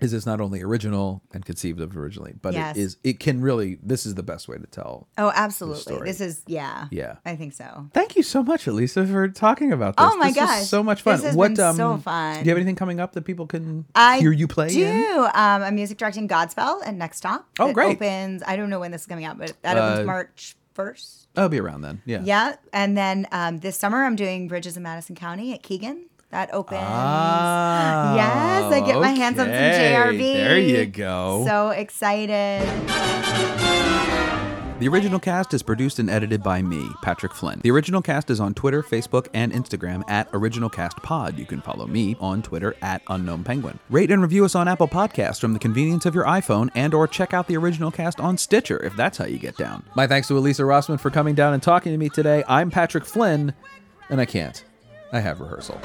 Speaker 1: is it's not only original and conceived of originally but
Speaker 3: Yes.
Speaker 1: it is it can really this is the best way to tell
Speaker 3: Oh, absolutely.
Speaker 1: story.
Speaker 3: This is yeah.
Speaker 1: Yeah.
Speaker 3: I think so.
Speaker 1: thank you so much elisa for talking about this
Speaker 3: Oh my
Speaker 1: this was
Speaker 3: gosh,
Speaker 1: so much fun
Speaker 3: this has
Speaker 1: what
Speaker 3: been
Speaker 1: um
Speaker 3: so fun.
Speaker 1: do you have anything coming up that people can
Speaker 3: I
Speaker 1: hear you play
Speaker 3: do.
Speaker 1: in?
Speaker 3: Um, I'm music directing Godspell and Next Stop.
Speaker 1: Oh,
Speaker 3: It
Speaker 1: great.
Speaker 3: Opens. I don't know when this is coming out, but that opens
Speaker 1: Uh,
Speaker 3: March first.
Speaker 1: i'll Oh, be around then yeah
Speaker 3: Yeah, and then um, this summer I'm doing Bridges in Madison County at Keegan. That opens.
Speaker 1: Ah,
Speaker 3: yes, I get my hands on some
Speaker 1: okay.
Speaker 3: JRB.
Speaker 1: There you go.
Speaker 3: So excited.
Speaker 1: The original cast is produced and edited by me, Patrick Flynn. The original cast is on Twitter, Facebook, and Instagram at OriginalCastPod. You can follow me on Twitter at Unknown Penguin. Rate and review us on Apple Podcasts from the convenience of your iPhone and or check out the original cast on Stitcher if that's how you get down. My thanks to Elisa Rossman for coming down and talking to me today. I'm Patrick Flynn, and I can't. I have rehearsal.